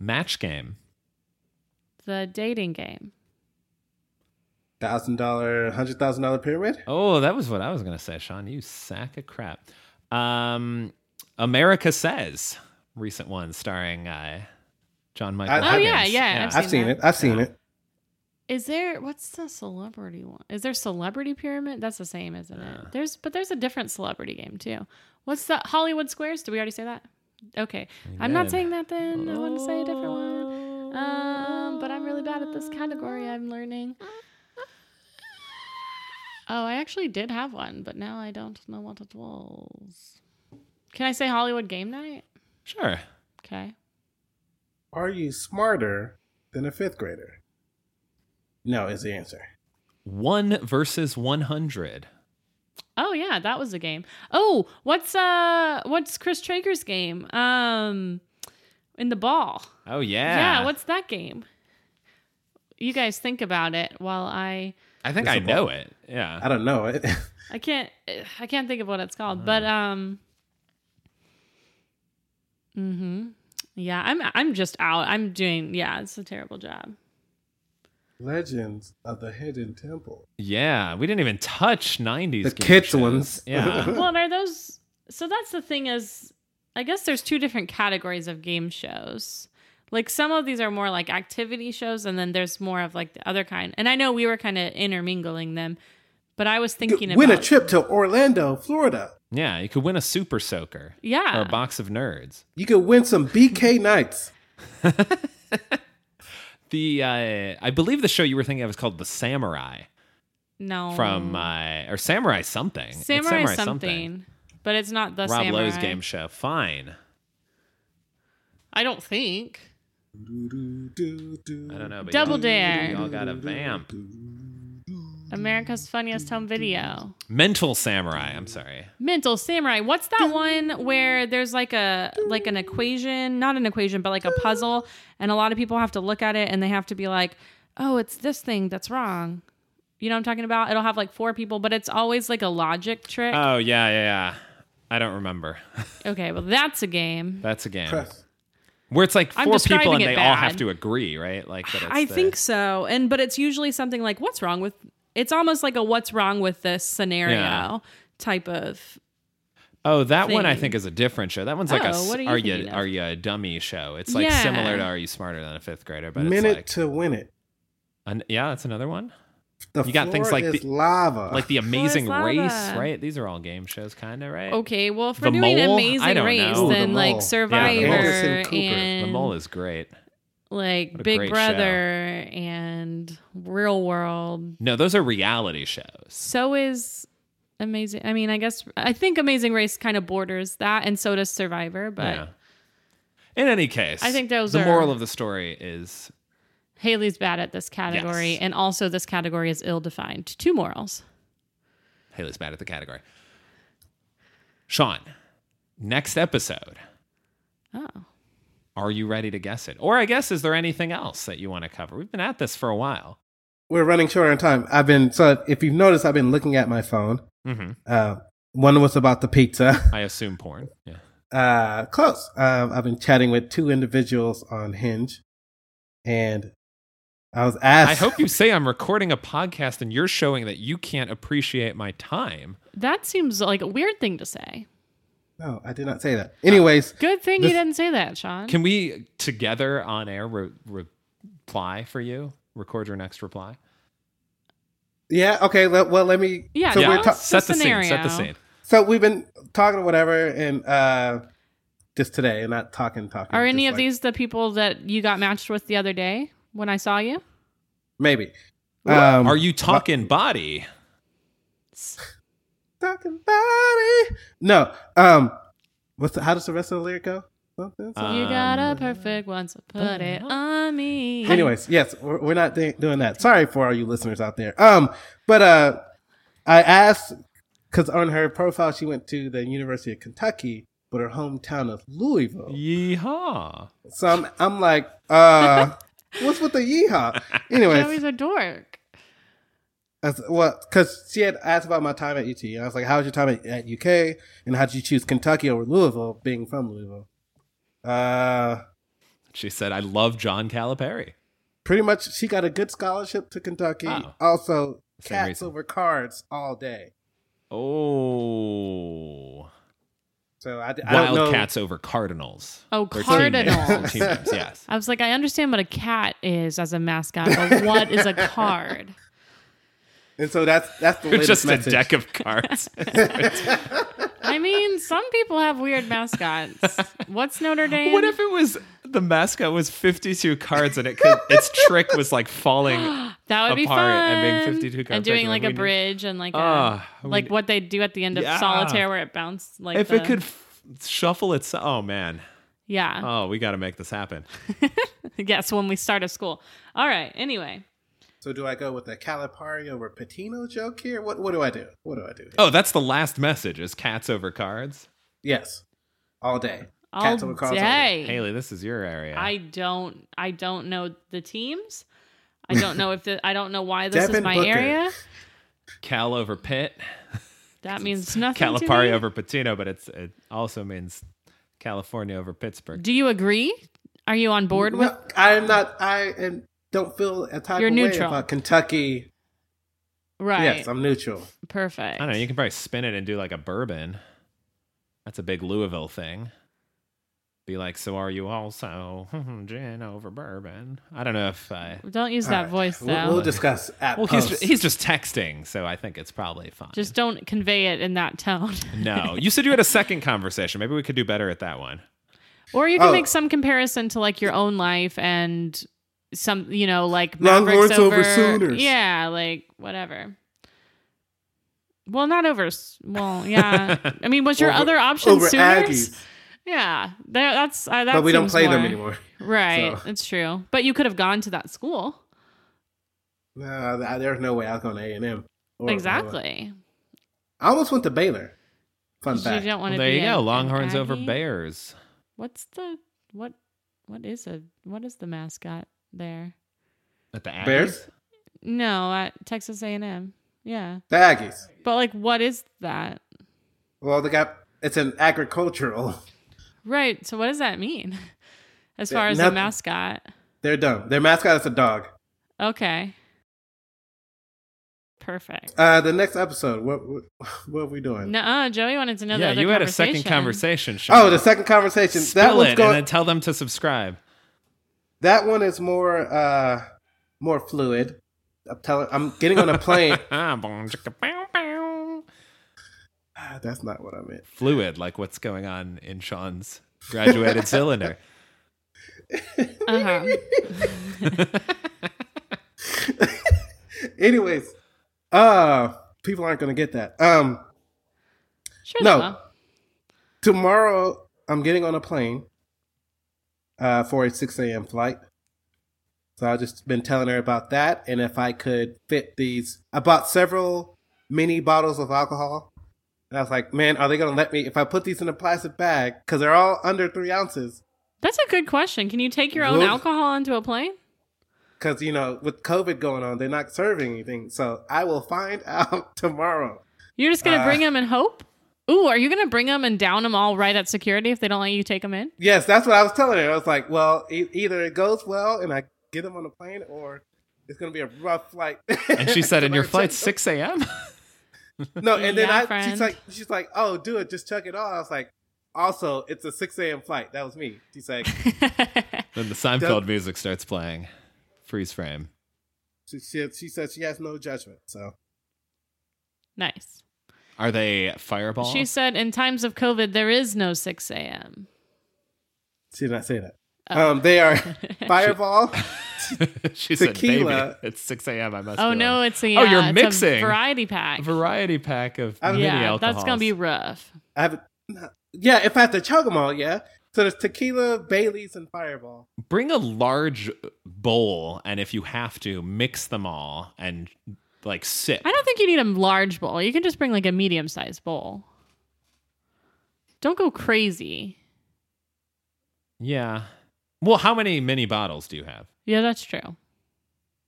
Speaker 3: Match game.
Speaker 2: The dating game.
Speaker 4: Thousand dollar, hundred thousand dollar pyramid.
Speaker 3: Oh, that was what I was going to say, Sean. You sack of crap. Um, America Says, recent one starring uh, John Michael.
Speaker 4: I-
Speaker 2: Oh yeah,
Speaker 4: Evans.
Speaker 2: yeah.
Speaker 3: Yeah.
Speaker 2: I've seen,
Speaker 4: I've seen
Speaker 2: that.
Speaker 4: it. I've seen it.
Speaker 2: Is there what's the celebrity one? Is there celebrity pyramid? That's the same, isn't it? There's but there's a different celebrity game too. What's the Hollywood Squares? Did we already say that? Okay, I'm not
Speaker 3: did.
Speaker 2: saying that. Then I want to say a different one. Um, but I'm really bad at this category. I'm learning. Oh, I actually did have one, but now I don't know what it was. Can I say Hollywood Game Night?
Speaker 3: Sure.
Speaker 2: Okay.
Speaker 4: Are you smarter than a fifth grader? No, is the answer.
Speaker 3: One versus 100.
Speaker 2: Oh yeah, that was a game. Oh, what's uh what's Chris Traeger's game? Um in the ball.
Speaker 3: Oh, yeah.
Speaker 2: Yeah, what's that game? You guys think about it while I
Speaker 3: I think I know it. Yeah.
Speaker 4: I don't know. It,
Speaker 2: I can't I can't think of what it's called, but um Mhm. Yeah, I'm I'm just out. I'm doing yeah, it's a terrible job.
Speaker 4: Legends of the Hidden Temple.
Speaker 3: Yeah. We didn't even touch 90s.
Speaker 4: The
Speaker 3: game
Speaker 4: kids
Speaker 3: shows.
Speaker 4: ones.
Speaker 3: Yeah.
Speaker 2: well, and are those? So that's the thing is, I guess there's two different categories of game shows. Like some of these are more like activity shows, and then there's more of like the other kind. And I know we were kind of intermingling them, but I was thinking
Speaker 4: Win a
Speaker 2: about
Speaker 4: trip to Orlando, Florida.
Speaker 3: yeah. You could win a super soaker or
Speaker 2: yeah,
Speaker 3: a box of nerds.
Speaker 4: You could win some BK nights.
Speaker 3: The uh, I believe the show you were thinking of is called The Samurai
Speaker 2: no
Speaker 3: from uh, or Samurai something. It's
Speaker 2: Oh. samurai, something, but it's not the
Speaker 3: Rob
Speaker 2: samurai.
Speaker 3: Lowe's game show. Fine.
Speaker 2: I don't think.
Speaker 3: I don't know. But
Speaker 2: Double
Speaker 3: y'all,
Speaker 2: Dare.
Speaker 3: Y'all got a vamp.
Speaker 2: America's Funniest Home Video.
Speaker 3: Mental Samurai. I'm sorry.
Speaker 2: Mental Samurai. What's that one where there's like a like an equation, not an equation, but like a puzzle, and a lot of people have to look at it and they have to be like, "Oh, it's this thing that's wrong." You know what I'm talking about? It'll have like four people, but it's always like a logic trick.
Speaker 3: Uh, Oh yeah, yeah, yeah. I don't remember.
Speaker 2: okay, well that's a game.
Speaker 3: That's a game.
Speaker 4: Press.
Speaker 3: Where it's like
Speaker 2: I'm
Speaker 3: four people
Speaker 2: describing
Speaker 3: and
Speaker 2: it
Speaker 3: they all
Speaker 2: bad.
Speaker 3: have to agree, right? Like that. It's
Speaker 2: I
Speaker 3: the-
Speaker 2: think so. And but it's usually something like what's wrong with it's almost like a what's wrong with this scenario
Speaker 3: Yeah.
Speaker 2: type of
Speaker 3: Oh, that one I
Speaker 2: thing.
Speaker 3: think is a different show. That one's like a
Speaker 2: Oh,
Speaker 3: s-
Speaker 2: what are you
Speaker 3: are you
Speaker 2: thinking of?
Speaker 3: are you a dummy show. It's like
Speaker 2: Yeah.
Speaker 3: similar to Are You Smarter Than a Fifth Grader, but
Speaker 4: Minute
Speaker 3: it's like
Speaker 4: to win it.
Speaker 3: an, yeah, that's another one.
Speaker 4: The
Speaker 3: You got things
Speaker 4: floor
Speaker 3: like
Speaker 4: is
Speaker 3: the-
Speaker 4: lava.
Speaker 3: Like
Speaker 2: Oh,
Speaker 3: the Amazing
Speaker 2: Lava.
Speaker 3: Race, right? These are all game shows, kind of right.
Speaker 2: Okay, well if
Speaker 3: The
Speaker 2: we're doing
Speaker 3: Mole? I
Speaker 2: amazing
Speaker 3: don't
Speaker 2: race,
Speaker 3: know. Ooh, The
Speaker 2: then
Speaker 4: Mole.
Speaker 2: like
Speaker 3: Yeah, The Mole.
Speaker 2: Survivor
Speaker 4: Anderson Cooper. The
Speaker 2: and
Speaker 3: the mole is great. What a
Speaker 2: like
Speaker 3: great
Speaker 2: Big
Speaker 3: show.
Speaker 2: Brother and Real World.
Speaker 3: No, those are reality shows.
Speaker 2: So is Amazing I mean, I guess I think Amazing Race kind of borders that and so does Survivor, but
Speaker 3: yeah. In any case,
Speaker 2: I think those
Speaker 3: the
Speaker 2: are-
Speaker 3: moral of the story is
Speaker 2: Haley's bad at this category
Speaker 3: Yes.
Speaker 2: and also this category is ill defined. Two morals.
Speaker 3: Haley's bad at the category. Sean, next episode.
Speaker 2: Oh.
Speaker 3: Are you ready to guess it? Or I guess is there anything else that you want to cover? We've been at this for a while.
Speaker 4: We're running short on time. I've been so if you've noticed, I've been looking at my phone.
Speaker 3: Mm-hmm.
Speaker 4: Uh, one was about the pizza.
Speaker 3: I assume porn. Yeah.
Speaker 4: Uh, close. Um, I've been chatting with two individuals on Hinge, and I was asked.
Speaker 3: I hope you say I'm recording a podcast and you're showing that you can't appreciate my time.
Speaker 2: That seems like a weird thing to say.
Speaker 4: No, I did not say that. Anyways,
Speaker 2: Good thing you
Speaker 4: This-
Speaker 2: didn't say that, Sean.
Speaker 3: Can we together on air re- reply for you? Record your next reply.
Speaker 4: yeah. Okay. Let, well, let me.
Speaker 2: Yeah,
Speaker 4: So
Speaker 2: no,
Speaker 4: we're
Speaker 2: it's-
Speaker 4: ta-
Speaker 2: the
Speaker 3: set the scene. Set the
Speaker 2: scenario.
Speaker 3: scene.
Speaker 4: so we've been talking or whatever, and uh, just today, and not talking, talking.
Speaker 2: Are
Speaker 4: just
Speaker 2: any of
Speaker 4: like-
Speaker 2: these the people that you got matched with the other day when I saw you?
Speaker 4: maybe? Um,
Speaker 3: Are you talking body?
Speaker 4: talking body? No. Um, what's the, how does the rest of the lyric go? Something. something.
Speaker 2: you got a
Speaker 3: Um,
Speaker 2: perfect one, so put it on me.
Speaker 4: Anyways, yes, we're, we're not de- doing that. Sorry for all you listeners out there. Um, but uh, I asked because on her profile she went to the University of Kentucky, but her hometown of Louisville.
Speaker 3: Yeehaw.
Speaker 4: So I'm, I'm like, uh, what's with the yeehaw? Anyways,
Speaker 2: Joey's a dork.
Speaker 4: I s- well, because she had asked about my time at UT, and I was like, "How was your time at, at UK? And how did you choose Kentucky over Louisville, being from Louisville?" Uh,
Speaker 3: She said, I love John Calipari.
Speaker 4: pretty much, she got a good scholarship to Kentucky.
Speaker 3: Oh.
Speaker 4: Also,
Speaker 3: Same
Speaker 4: cats
Speaker 3: reason.
Speaker 4: over cards all day.
Speaker 3: Oh.
Speaker 4: So I, d- I don't know.
Speaker 3: Wildcats over Cardinals.
Speaker 2: Oh,
Speaker 3: Their team names.
Speaker 2: Cardinals.
Speaker 3: Team names, yes.
Speaker 2: I was like, I understand what a cat is as a mascot, but what is a card?
Speaker 4: And so that's that's the latest
Speaker 3: Just
Speaker 4: message.
Speaker 3: a deck of cards.
Speaker 2: I mean, some people have weird mascots. What's Notre Dame?
Speaker 3: What if it was the mascot was 52 cards and it could its trick was like falling?
Speaker 2: that would be
Speaker 3: apart
Speaker 2: fun?
Speaker 3: and being 52
Speaker 2: and
Speaker 3: cards
Speaker 2: doing
Speaker 3: back,
Speaker 2: like
Speaker 3: we
Speaker 2: a
Speaker 3: need-
Speaker 2: bridge and like a,
Speaker 3: Ah, we
Speaker 2: like
Speaker 3: need-
Speaker 2: what they do at the end of
Speaker 3: Yeah.
Speaker 2: solitaire where it bounced like
Speaker 3: if it
Speaker 2: the-
Speaker 3: could f- shuffle its oh man.
Speaker 2: yeah
Speaker 3: Oh, we got to make this happen.
Speaker 2: yes when we start a school all right anyway
Speaker 4: So do I go with the Calipari over Patino joke here? What what do I do? What do I do?
Speaker 3: Oh, that's the last message is cats over cards.
Speaker 4: Yes, all day.
Speaker 2: all
Speaker 4: Cats over cards all
Speaker 2: day
Speaker 3: Haley, this is your area.
Speaker 2: i don't i don't know the teams i don't know if the, i don't know why this
Speaker 4: Devin
Speaker 2: is my
Speaker 4: Booker.
Speaker 2: area
Speaker 3: Cal over Pitt.
Speaker 2: that means nothing to
Speaker 3: Calipari
Speaker 2: me.
Speaker 3: over Patino, but it's it also means California over Pittsburgh.
Speaker 2: do you agree are you on board with
Speaker 4: No, I am not. I am, don't feel a type
Speaker 2: You're
Speaker 4: of way
Speaker 2: neutral.
Speaker 4: about Kentucky.
Speaker 2: right
Speaker 4: Yes, I'm neutral.
Speaker 2: perfect
Speaker 3: I don't know. You can probably spin it and do like a bourbon. That's a big Louisville thing. Be like, so are you also gin over bourbon? I don't know if I.
Speaker 2: don't use
Speaker 4: All
Speaker 2: that
Speaker 4: right.
Speaker 2: voice though
Speaker 4: We'll, we'll discuss at
Speaker 3: Well, he's
Speaker 4: post.
Speaker 3: he's just texting, so I think it's probably fine.
Speaker 2: just don't convey it in that tone
Speaker 3: no. You said you had a second conversation. Maybe we could do better at that one.
Speaker 2: Or you can
Speaker 4: Oh.
Speaker 2: make some comparison to like your own life and some, you know, like
Speaker 4: Longhorns
Speaker 2: Mavericks
Speaker 4: over Sooners.
Speaker 2: Yeah, like whatever. Well, not over. S- Well, yeah. I mean, was your
Speaker 4: Over-
Speaker 2: other option
Speaker 4: over
Speaker 2: Sooners?
Speaker 4: Aggies,
Speaker 2: Yeah, Tha- that's uh, that.
Speaker 4: but we don't
Speaker 2: seems
Speaker 4: play them
Speaker 2: more-
Speaker 4: anymore.
Speaker 2: Right,
Speaker 4: so.
Speaker 2: that's true. But you could have gone to that school.
Speaker 4: No, th- there's no way I was going to A and M.
Speaker 2: exactly.
Speaker 4: I almost went to Baylor. Fun
Speaker 2: You
Speaker 4: fact.
Speaker 2: don't want
Speaker 3: Well,
Speaker 2: to.
Speaker 3: there
Speaker 2: be
Speaker 3: you
Speaker 2: a-
Speaker 3: go.
Speaker 2: an
Speaker 3: Longhorns over
Speaker 2: Aggie.
Speaker 3: Bears.
Speaker 2: What's the what? What is a what is the mascot there?
Speaker 3: At the Aggies?
Speaker 4: Bears?
Speaker 2: No, at Texas A and M. Yeah.
Speaker 4: The Aggies.
Speaker 2: But like, what is that?
Speaker 4: Well, they got it's an agricultural.
Speaker 2: Right. So what does that mean? as
Speaker 4: Yeah,
Speaker 2: far as the
Speaker 4: nothing.
Speaker 2: mascot.
Speaker 4: They're dumb. Their mascot is a dog.
Speaker 2: Okay. Perfect.
Speaker 4: Uh, the next episode. What what, what are we doing?
Speaker 2: Nuh-uh, Joey wanted to know the
Speaker 3: yeah,
Speaker 2: other
Speaker 3: you had a second conversation. Sean.
Speaker 4: Oh, the second conversation.
Speaker 3: Spill
Speaker 4: that one's
Speaker 3: it
Speaker 4: going.
Speaker 3: and then tell them to subscribe.
Speaker 4: that one is more uh more fluid. I'm telling. I'm getting on a plane.
Speaker 3: Boom, chicka, bow, bow.
Speaker 4: Ah, That's not what I meant.
Speaker 3: Fluid, like what's going on in Sean's graduated cylinder.
Speaker 2: Uh-huh.
Speaker 4: Anyways, uh, people aren't gonna get that. Um,
Speaker 2: Sure.
Speaker 4: No.
Speaker 2: they will.
Speaker 4: tomorrow I'm getting on a plane. Uh, for a 6 a.m. flight. So I've just been telling her about that, and if I could fit these, I bought several mini bottles of alcohol, and I was like, "Man, are they gonna let me if I put these in a plastic bag? Because they're all under three ounces.
Speaker 2: That's a good question. Can you take your own
Speaker 4: Look-
Speaker 2: alcohol onto a plane?
Speaker 4: Because, you know, with COVID going on, they're not serving anything. So I will find out tomorrow.
Speaker 2: You're just gonna
Speaker 4: Uh,
Speaker 2: bring them and hope. Ooh, are you gonna bring them and down them all right at security if they don't let you take them in?
Speaker 4: Yes, that's what I was telling her. I was like, well, e- either it goes well and I get them on the plane or it's going to be a rough flight.
Speaker 3: And she said, "In your flight, six a.m."
Speaker 4: No, and then
Speaker 2: Yeah,
Speaker 4: I,
Speaker 2: friend.
Speaker 4: she's like, she's like, oh, do it. Just chuck it all. I was like, also, it's a 6 a.m. flight. That was me. She's like,
Speaker 3: then the Seinfeld music starts playing. Freeze frame.
Speaker 4: she, she, she said she has no judgment. So
Speaker 2: nice.
Speaker 3: Are they fireballs?
Speaker 2: She said, in times of COVID, there is no 6 a.m.
Speaker 4: she did not say that.
Speaker 2: Oh.
Speaker 4: Um, they are Fireball.
Speaker 3: she said, "Baby,
Speaker 4: Tequila.
Speaker 3: it's six a.m. I must."
Speaker 2: Oh
Speaker 3: be
Speaker 2: no,
Speaker 3: on."
Speaker 2: it's a
Speaker 3: Oh,
Speaker 2: uh,
Speaker 3: you're
Speaker 2: it's a
Speaker 3: mixing.
Speaker 2: variety pack.
Speaker 3: A variety pack of
Speaker 4: I'm-
Speaker 3: mini
Speaker 2: yeah,
Speaker 3: alcohols.
Speaker 2: that's gonna be rough.
Speaker 4: I have, yeah, if I have to chug them all, yeah. So there's tequila, Bailey's, and Fireball.
Speaker 3: bring a large bowl, and if you have to, mix them all and like sip.
Speaker 2: I don't think you need a large bowl. You can just bring like a medium sized bowl. Don't go crazy.
Speaker 3: Yeah. Well, how many mini bottles do you have?
Speaker 2: Yeah, that's true.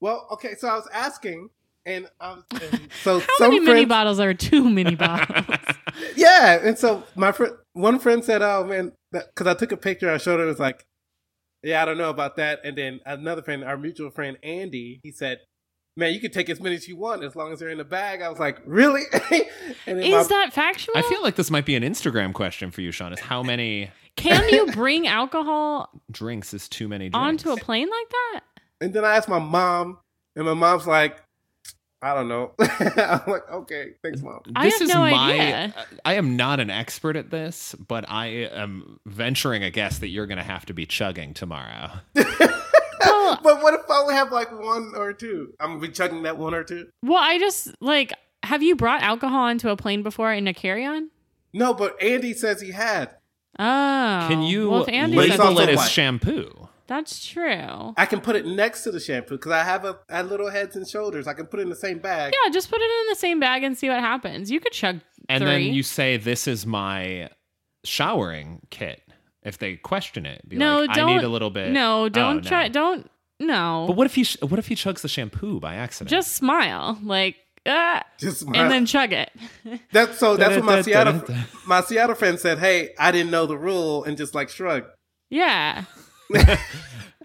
Speaker 4: Well, okay, so I was asking, and I was, and so
Speaker 2: How
Speaker 4: some
Speaker 2: many mini
Speaker 4: friends-
Speaker 2: bottles are too many bottles?
Speaker 4: Yeah, and so my friend, one friend said, "Oh man," because I took a picture, I showed her, it was like, "Yeah, I don't know about that." And then another friend, our mutual friend Andy, he said, "Man, you can take as many as you want as long as they're in the bag." I was like, "Really?" and then my-
Speaker 2: is that factual?
Speaker 3: I feel like this might be an Instagram question for you, Sean. Is how many
Speaker 2: Can you bring alcohol
Speaker 3: drinks is too many drinks?
Speaker 2: onto a plane like that?
Speaker 4: and then I asked my mom, and my mom's like, "I don't know." I'm like, "Okay, thanks, mom."
Speaker 2: I
Speaker 3: this
Speaker 2: have
Speaker 3: is
Speaker 2: no
Speaker 3: my,
Speaker 2: idea.
Speaker 3: I am not an expert at this, but I am venturing a guess that you're going to have to be chugging tomorrow.
Speaker 2: Well,
Speaker 4: But what if I only have like one or two? I'm gonna be chugging that one or two.
Speaker 2: well, I just like. Have you brought alcohol onto a plane before in a carry on?
Speaker 4: No, but Andy says he had.
Speaker 2: Oh, can
Speaker 3: Can you
Speaker 2: Well, if Andy
Speaker 4: But it's
Speaker 2: said
Speaker 3: label
Speaker 4: also
Speaker 3: it as
Speaker 4: white.
Speaker 3: shampoo?
Speaker 2: that's true.
Speaker 4: I can put it next to the shampoo because I have a, a little heads and shoulders. I can put it in the same bag.
Speaker 2: Yeah, just put it in the same bag and see what happens. You could chug
Speaker 3: And
Speaker 2: three.
Speaker 3: then you say, "This is my showering kit." If they question it, be
Speaker 2: No,
Speaker 3: like,
Speaker 2: don't-
Speaker 3: I need a little bit.
Speaker 2: no,
Speaker 3: Oh,
Speaker 2: don't
Speaker 3: no.
Speaker 2: try. Don't no.
Speaker 3: But what if he sh- what if he chugs the shampoo by accident?
Speaker 2: just smile like ah,
Speaker 4: Just my,
Speaker 2: and then chug it.
Speaker 4: that's so that's what my Seattle
Speaker 3: Da-da-da-da-da.
Speaker 4: my Seattle friend said. Hey, I didn't know the rule, and just like shrugged.
Speaker 2: yeah.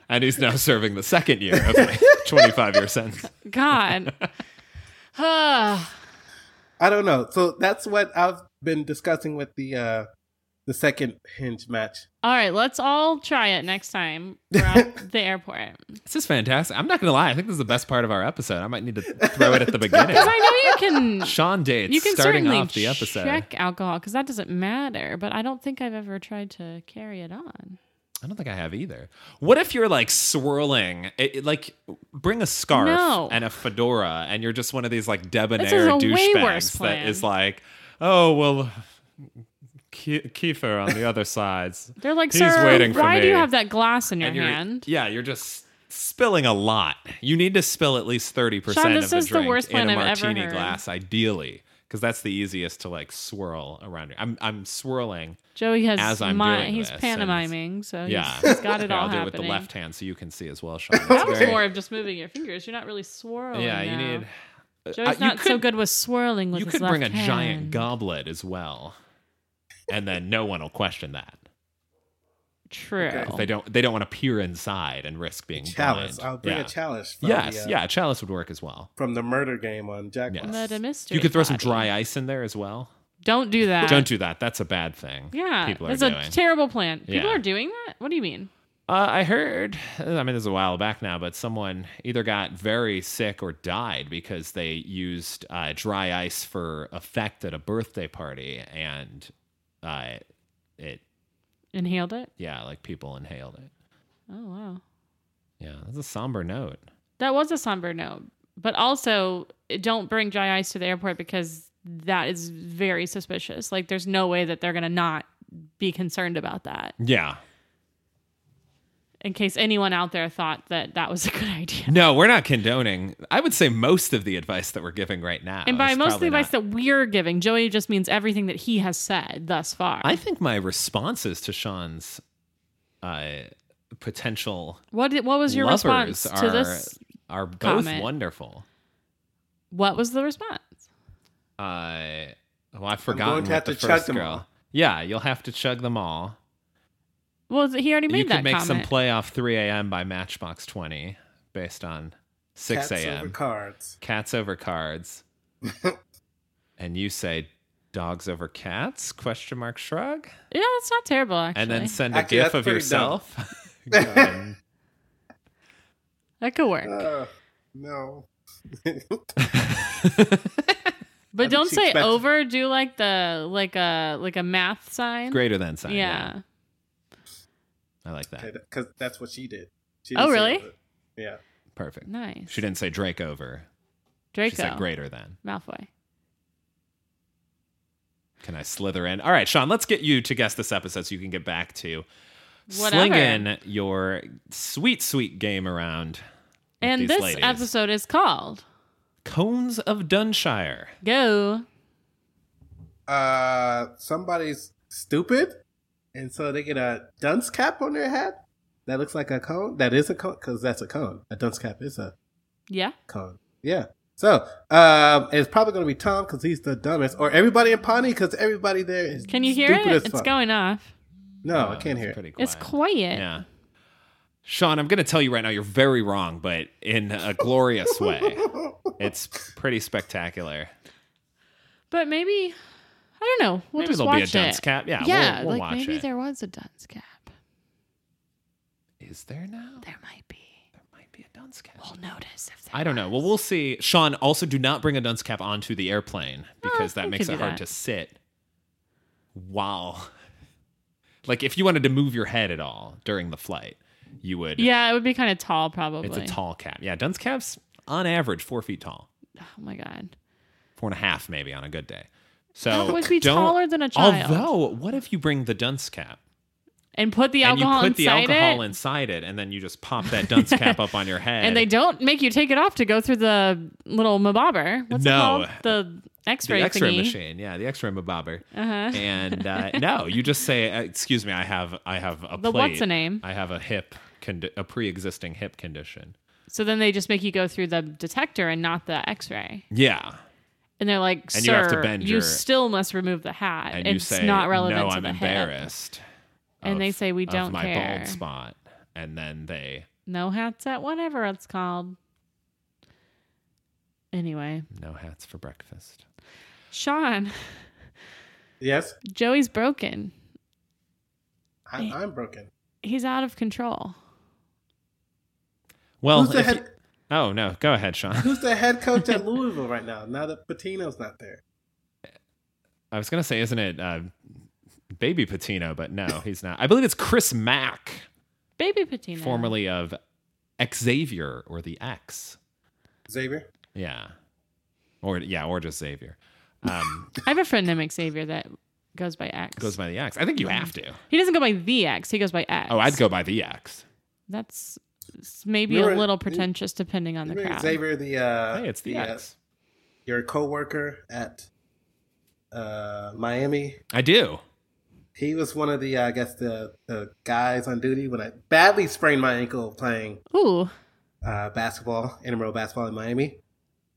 Speaker 3: and he's now serving the second year of a 25 year sentence.
Speaker 2: God. Ah.
Speaker 4: I don't know. So that's what I've been discussing with the uh the second hinge match.
Speaker 2: all right, let's all try it next time we're at the airport.
Speaker 3: This is fantastic. I'm not gonna lie. I think this is the best part of our episode. I might need to throw it at the beginning.
Speaker 2: Because I know you can
Speaker 3: Sean dates
Speaker 2: you can
Speaker 3: starting
Speaker 2: certainly
Speaker 3: off the episode.
Speaker 2: check alcohol because that doesn't matter. But I don't think I've ever tried to carry it on.
Speaker 3: I don't think I have either. What if you're like swirling? It, it- like, bring a scarf
Speaker 2: No.
Speaker 3: and a fedora, and you're just one of these like
Speaker 2: This is
Speaker 3: debonair
Speaker 2: a way worse
Speaker 3: douchebags that
Speaker 2: plan.
Speaker 3: is like, oh well, Ke- Kiefer on the other side's,
Speaker 2: They're like,
Speaker 3: He's
Speaker 2: sir,
Speaker 3: waiting for
Speaker 2: why do you
Speaker 3: me."
Speaker 2: have that glass in your
Speaker 3: and you're
Speaker 2: hand?
Speaker 3: yeah, you're just spilling a lot. You need to spill at least thirty
Speaker 2: Sean,
Speaker 3: percent of
Speaker 2: this
Speaker 3: the
Speaker 2: is the
Speaker 3: drink
Speaker 2: worst
Speaker 3: in
Speaker 2: plan
Speaker 3: a
Speaker 2: I've ever
Speaker 3: martini
Speaker 2: heard.
Speaker 3: glass, ideally, because that's the easiest to like swirl around. you. I'm I'm swirling.
Speaker 2: Joey has
Speaker 3: As I'm
Speaker 2: my,
Speaker 3: doing
Speaker 2: he's
Speaker 3: this, and-
Speaker 2: pantomiming, so
Speaker 3: Yeah,
Speaker 2: he's, he's got it
Speaker 3: Yeah,
Speaker 2: all
Speaker 3: I'll do it with
Speaker 2: happening.
Speaker 3: the left hand so you can see as well, Sean. That's
Speaker 2: That was
Speaker 3: great.
Speaker 2: more of just moving your fingers. You're not really swirling.
Speaker 3: Yeah, you
Speaker 2: now.
Speaker 3: need. uh,
Speaker 2: Joey's
Speaker 3: you
Speaker 2: not so
Speaker 3: could-
Speaker 2: good with swirling with
Speaker 3: you
Speaker 2: his
Speaker 3: could bring a
Speaker 2: left hand.
Speaker 3: giant goblet as well, and then no one will question that.
Speaker 2: True.
Speaker 4: Okay.
Speaker 3: They don't they don't want to peer inside and risk being
Speaker 4: chalice.
Speaker 3: blind.
Speaker 4: I'll bring
Speaker 3: yeah.
Speaker 4: a chalice. From
Speaker 3: Yes,
Speaker 4: the, uh,
Speaker 3: yeah, a chalice would work as well.
Speaker 4: From the murder game on Jack.
Speaker 3: Yes.
Speaker 2: Murder mystery.
Speaker 3: You could throw some
Speaker 2: party.
Speaker 3: dry ice in there as well.
Speaker 2: Don't do that.
Speaker 3: Don't do that. That's a bad thing.
Speaker 2: Yeah,
Speaker 3: people are
Speaker 2: that's
Speaker 3: doing.
Speaker 2: a terrible plan. People
Speaker 3: Yeah.
Speaker 2: are doing that. What do you mean?
Speaker 3: Uh, I heard, I mean, this is a while back now, but someone either got very sick or died because they used uh, dry ice for effect at a birthday party. And uh, it,
Speaker 2: Inhaled it.
Speaker 3: yeah, like people inhaled it.
Speaker 2: Oh wow,
Speaker 3: Yeah, that's a somber note.
Speaker 2: that was a somber note. But also, don't bring dry ice to the airport because that is very suspicious. Like, there's no way that they're gonna not be concerned about that.
Speaker 3: Yeah.
Speaker 2: In case anyone out there thought that that was a good idea.
Speaker 3: No, we're not condoning. I would say most of the advice that we're giving right now.
Speaker 2: And by
Speaker 3: is
Speaker 2: most of the
Speaker 3: probably
Speaker 2: advice
Speaker 3: not-
Speaker 2: that we're giving, Joey just means everything that he has said thus far.
Speaker 3: I think my responses to Sean's uh, potential
Speaker 2: what did, what was your
Speaker 3: lovers
Speaker 2: response
Speaker 3: are,
Speaker 2: to this?
Speaker 3: are both
Speaker 2: comment?
Speaker 3: wonderful.
Speaker 2: What was the response?
Speaker 3: Uh, well, I've forgotten
Speaker 4: to
Speaker 3: what
Speaker 4: have
Speaker 3: the
Speaker 4: to chug
Speaker 3: first
Speaker 4: them
Speaker 3: girl.
Speaker 4: all.
Speaker 3: Yeah, you'll have to chug them all.
Speaker 2: Well, he already made
Speaker 3: you
Speaker 2: that
Speaker 3: could make some
Speaker 2: comment.
Speaker 3: playoff 3 a.m. by Matchbox 20 based on 6
Speaker 4: Cats over
Speaker 3: a.m.
Speaker 4: cards.
Speaker 3: Cats over cards. and you say dogs over cats? Question mark shrug.
Speaker 2: yeah, it's not terrible actually.
Speaker 3: And then send a
Speaker 4: Actually,
Speaker 3: gif
Speaker 4: that's
Speaker 3: of
Speaker 4: pretty
Speaker 3: yourself. Gun.
Speaker 2: that could work.
Speaker 4: Uh, no. I
Speaker 2: But don't
Speaker 4: didn't
Speaker 2: say
Speaker 4: expect-
Speaker 2: over. Do like the like a like a math sign.
Speaker 3: Greater than sign.
Speaker 2: yeah.
Speaker 3: I like that.
Speaker 4: Because that's what she did. She
Speaker 2: Oh,
Speaker 4: didn't say
Speaker 2: really?
Speaker 4: it, but- Yeah.
Speaker 3: Perfect.
Speaker 2: Nice.
Speaker 3: She didn't say Drake over.
Speaker 2: Draco.
Speaker 3: She said greater than.
Speaker 2: Malfoy.
Speaker 3: Can I slither in? All right, Sean, let's get you to guess this episode so you can get back to
Speaker 2: Whatever.
Speaker 3: slinging your sweet, sweet game around. with
Speaker 2: And
Speaker 3: these
Speaker 2: this
Speaker 3: ladies.
Speaker 2: episode is called
Speaker 3: Cones of Dunshire.
Speaker 2: Go.
Speaker 4: Uh, somebody's stupid, and so they get a dunce cap on their head. That looks like a cone. That is a cone because that's a cone. A dunce cap is a
Speaker 2: Yeah.
Speaker 4: cone. Yeah. So um, it's probably going to be Tom because he's the dumbest, or everybody in Pawnee because everybody there is.
Speaker 2: Can you hear
Speaker 4: stupid
Speaker 2: it?
Speaker 4: as
Speaker 2: It's
Speaker 4: fuck.
Speaker 2: going off.
Speaker 4: No, I
Speaker 3: Uh,
Speaker 4: can't
Speaker 3: it's
Speaker 4: hear it.
Speaker 3: Pretty quiet.
Speaker 2: It's quiet.
Speaker 3: Yeah. Sean, I'm going to tell you right now, you're very wrong, but in a glorious way. It's pretty spectacular.
Speaker 2: But maybe I don't know. We'll
Speaker 3: maybe
Speaker 2: just
Speaker 3: there'll
Speaker 2: watch
Speaker 3: be a dunce
Speaker 2: it.
Speaker 3: cap. Yeah,
Speaker 2: yeah,
Speaker 3: we'll, we'll
Speaker 2: like
Speaker 3: watch
Speaker 2: maybe
Speaker 3: it.
Speaker 2: there was a dunce cap.
Speaker 3: Is there now?
Speaker 2: There might be.
Speaker 3: There might be a dunce cap.
Speaker 2: We'll notice if there
Speaker 3: I don't know. Well, we'll see. Sean, also do not bring a dunce cap onto the airplane because that
Speaker 2: we
Speaker 3: makes
Speaker 2: could
Speaker 3: it
Speaker 2: Oh, do
Speaker 3: hard
Speaker 2: that.
Speaker 3: to sit. Wow. Like if you wanted to move your head at all during the flight, you would.
Speaker 2: Yeah, it would be kind of tall probably.
Speaker 3: It's a tall cap. Yeah, dunce caps on average four feet tall,
Speaker 2: Oh my god.
Speaker 3: four and a half maybe on a good day. So
Speaker 2: That would be
Speaker 3: don't-
Speaker 2: taller than a child.
Speaker 3: Although, what if you bring the dunce cap
Speaker 2: And put the
Speaker 3: and you
Speaker 2: alcohol
Speaker 3: put the
Speaker 2: inside
Speaker 3: alcohol
Speaker 2: it.
Speaker 3: inside it, and then you just pop that dunce cap up on your head?
Speaker 2: And they don't make you take it off to go through the little mabobber. What's
Speaker 3: No.
Speaker 2: it called? The X-ray
Speaker 3: the X-ray
Speaker 2: thingy.
Speaker 3: machine, yeah, the X-ray mabobber.
Speaker 2: Uh-huh.
Speaker 3: and uh, no, you just say, uh, "Excuse me, I have, I have a
Speaker 2: The
Speaker 3: plate.
Speaker 2: what's a name?
Speaker 3: I have a hip, condi- a pre-existing hip condition."
Speaker 2: So then they just make you go through the detector and not the X-ray.
Speaker 3: Yeah,
Speaker 2: And they're like, "Sir,
Speaker 3: And you have to bend
Speaker 2: you
Speaker 3: your-
Speaker 2: still must remove the hat.
Speaker 3: and
Speaker 2: it's
Speaker 3: you say,
Speaker 2: not relevant
Speaker 3: "No,
Speaker 2: to
Speaker 3: I'm
Speaker 2: the hip.
Speaker 3: embarrassed."
Speaker 2: And
Speaker 3: of-
Speaker 2: they say, "We
Speaker 3: of
Speaker 2: don't
Speaker 3: my
Speaker 2: care."
Speaker 3: bald spot, and then they
Speaker 2: No hats at whatever it's called." Anyway,
Speaker 3: no hats for breakfast.
Speaker 2: Sean,
Speaker 4: Yes,
Speaker 2: Joey's broken.
Speaker 4: I, I'm broken.
Speaker 2: He's out of control.
Speaker 3: Well,
Speaker 4: Who's the
Speaker 3: if
Speaker 4: head?
Speaker 3: you- oh no, go ahead, Sean.
Speaker 4: Who's the head coach at Louisville right now? Now that Patino's not there.
Speaker 3: I was gonna say, isn't it uh, Baby Patino? But no, he's not. I believe it's Chris Mack,
Speaker 2: Baby patina.
Speaker 3: formerly of Xavier or the X.
Speaker 4: Xavier.
Speaker 3: Yeah. Or yeah, or just Xavier. Um,
Speaker 2: I have a friend named Xavier that goes by X.
Speaker 3: goes by the X. I think you have to.
Speaker 2: He doesn't go by the X. He goes by X.
Speaker 3: Oh, I'd go by the X.
Speaker 2: That's s- maybe a
Speaker 4: Remember-
Speaker 2: little pretentious, depending on the
Speaker 4: Remember
Speaker 2: crowd.
Speaker 4: Xavier, the uh,
Speaker 3: Hey, it's the
Speaker 4: uh,
Speaker 3: X.
Speaker 4: your coworker at uh, Miami.
Speaker 3: I do.
Speaker 4: He was one of the, I guess, the, the guys on duty when I badly sprained my ankle playing
Speaker 2: Ooh,
Speaker 4: uh, basketball, intramural basketball in Miami.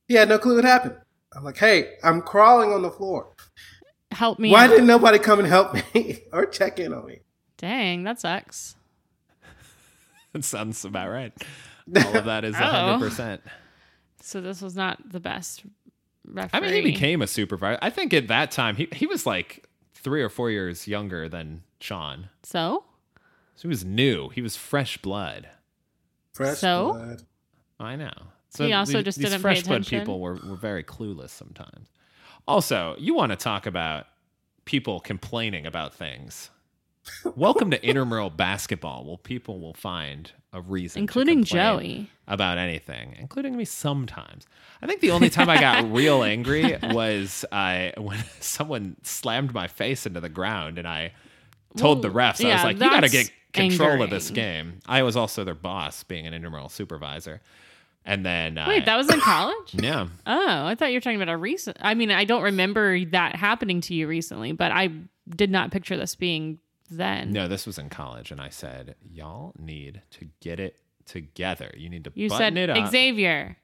Speaker 4: He had no clue what happened. I'm like, hey, I'm crawling on the floor.
Speaker 2: help me!
Speaker 4: Why
Speaker 2: out.
Speaker 4: didn't nobody come and help me or check in on me?
Speaker 2: Dang, that sucks.
Speaker 3: That sounds about right. All of that is
Speaker 2: Oh.
Speaker 3: 100%.
Speaker 2: So this was not the best referee.
Speaker 3: I mean, he became a supervisor. I think at that time, he, he was like three or four years younger than Sean.
Speaker 2: so.
Speaker 3: So he was new. He was fresh blood.
Speaker 4: Fresh
Speaker 2: So?
Speaker 4: blood.
Speaker 3: I know.
Speaker 2: He also just
Speaker 3: these
Speaker 2: didn't pay
Speaker 3: fresh blood
Speaker 2: attention.
Speaker 3: people were, were very clueless sometimes. Also, you want to talk about people complaining about things. Welcome to intramural basketball. Well, people will find a reason, to
Speaker 2: Including
Speaker 3: complain
Speaker 2: Joey.
Speaker 3: about anything, including me sometimes. I think the only time I got real angry was I when someone slammed my face into the ground and I told the
Speaker 2: Well,
Speaker 3: refs I
Speaker 2: yeah,
Speaker 3: was like, "You got to
Speaker 2: that's
Speaker 3: get control of this
Speaker 2: angering.
Speaker 3: game." I was also their boss, being an intramural supervisor, and then uh,
Speaker 2: Wait, that was in college?
Speaker 3: yeah,
Speaker 2: Oh, I thought you were talking about a recent. I mean, I don't remember that happening to you recently, but I did not picture this being then.
Speaker 3: no, this was in college, and I said, "Y'all need to get it together. You need to
Speaker 2: you
Speaker 3: button
Speaker 2: said
Speaker 3: it up."
Speaker 2: Xavier.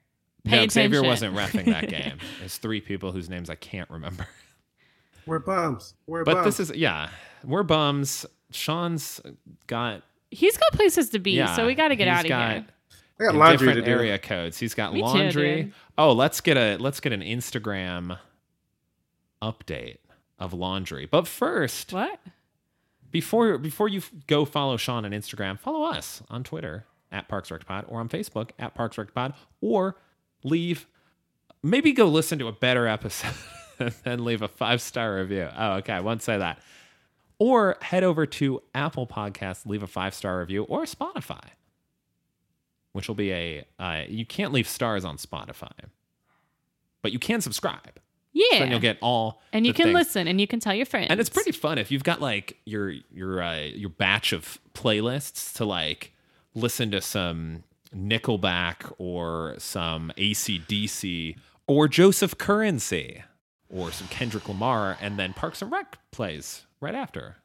Speaker 3: no,
Speaker 2: pay
Speaker 3: Xavier
Speaker 2: attention."
Speaker 3: wasn't refing that game. It's three people whose names I can't remember.
Speaker 4: We're bums. We're
Speaker 3: But
Speaker 4: bums.
Speaker 3: this is yeah, we're bums. Sean's got
Speaker 2: He's got places to be,
Speaker 3: yeah,
Speaker 2: so we got to get
Speaker 3: he's
Speaker 2: out of
Speaker 3: got
Speaker 2: here.
Speaker 4: I got
Speaker 3: in
Speaker 4: laundry to
Speaker 3: different
Speaker 4: do.
Speaker 3: area codes. He's got
Speaker 2: Me too,
Speaker 3: laundry.
Speaker 2: dude.
Speaker 3: oh, let's get a let's get an Instagram update of laundry. But first,
Speaker 2: What?
Speaker 3: before before you f- go follow Sean on Instagram, follow us on Twitter at Parks Rec Pod or on Facebook at Parks Rec Pod or leave maybe go listen to a better episode and then leave a five star review. Oh, okay, I won't say that. Or head over to Apple Podcasts, leave a five star review, or Spotify, which will be a uh, you can't leave stars on Spotify, but you can subscribe.
Speaker 2: Yeah.
Speaker 3: Then you'll get all
Speaker 2: and you
Speaker 3: the
Speaker 2: can
Speaker 3: things.
Speaker 2: listen and you can tell your friends.
Speaker 3: And it's pretty fun if you've got like your your uh, your batch of playlists to like listen to some Nickelback or some ACDC or Joseph Currency or some Kendrick Lamar, and then Parks and Rec plays right after.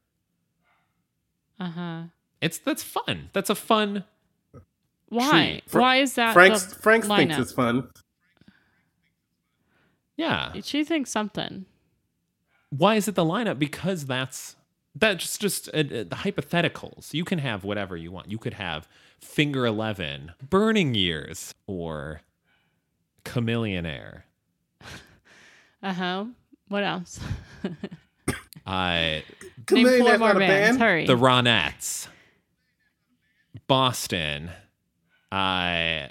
Speaker 2: Uh huh.
Speaker 3: It's that's fun. That's a fun.
Speaker 2: Why?
Speaker 4: Fr-
Speaker 2: Why is that?
Speaker 4: Frank's
Speaker 2: the
Speaker 4: Frank's thinks
Speaker 2: lineup?
Speaker 4: it's fun.
Speaker 3: Yeah.
Speaker 2: She thinks something.
Speaker 3: Why is it the lineup? Because that's that's just uh, uh, the hypotheticals. You can have whatever you want. You could have Finger Eleven, Burning Years, or Chameleonaire.
Speaker 2: Uh huh. What else?
Speaker 3: I
Speaker 2: Name
Speaker 4: Chameleon
Speaker 2: four
Speaker 4: Air's
Speaker 2: more
Speaker 4: not a
Speaker 2: bands.
Speaker 4: band.
Speaker 2: Hurry.
Speaker 3: uh, the Ronettes, Boston. uh, I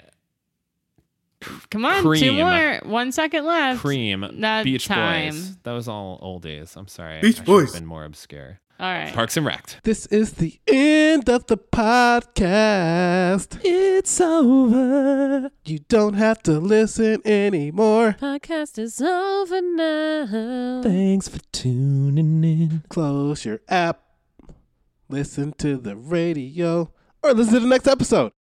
Speaker 2: Come on, two
Speaker 3: Cream.
Speaker 2: more. One second left.
Speaker 3: Cream,
Speaker 2: That
Speaker 3: Beach
Speaker 2: time.
Speaker 3: Boys. That was all oldies. I'm sorry.
Speaker 4: Beach
Speaker 3: I should've
Speaker 4: Boys.
Speaker 3: been more obscure.
Speaker 2: All right.
Speaker 3: Parks and Rec.
Speaker 1: This is the end of the podcast. It's over. You don't have to listen anymore.
Speaker 2: Podcast is over now.
Speaker 1: Thanks for tuning in. Close your app, listen to the radio, or listen to the next episode.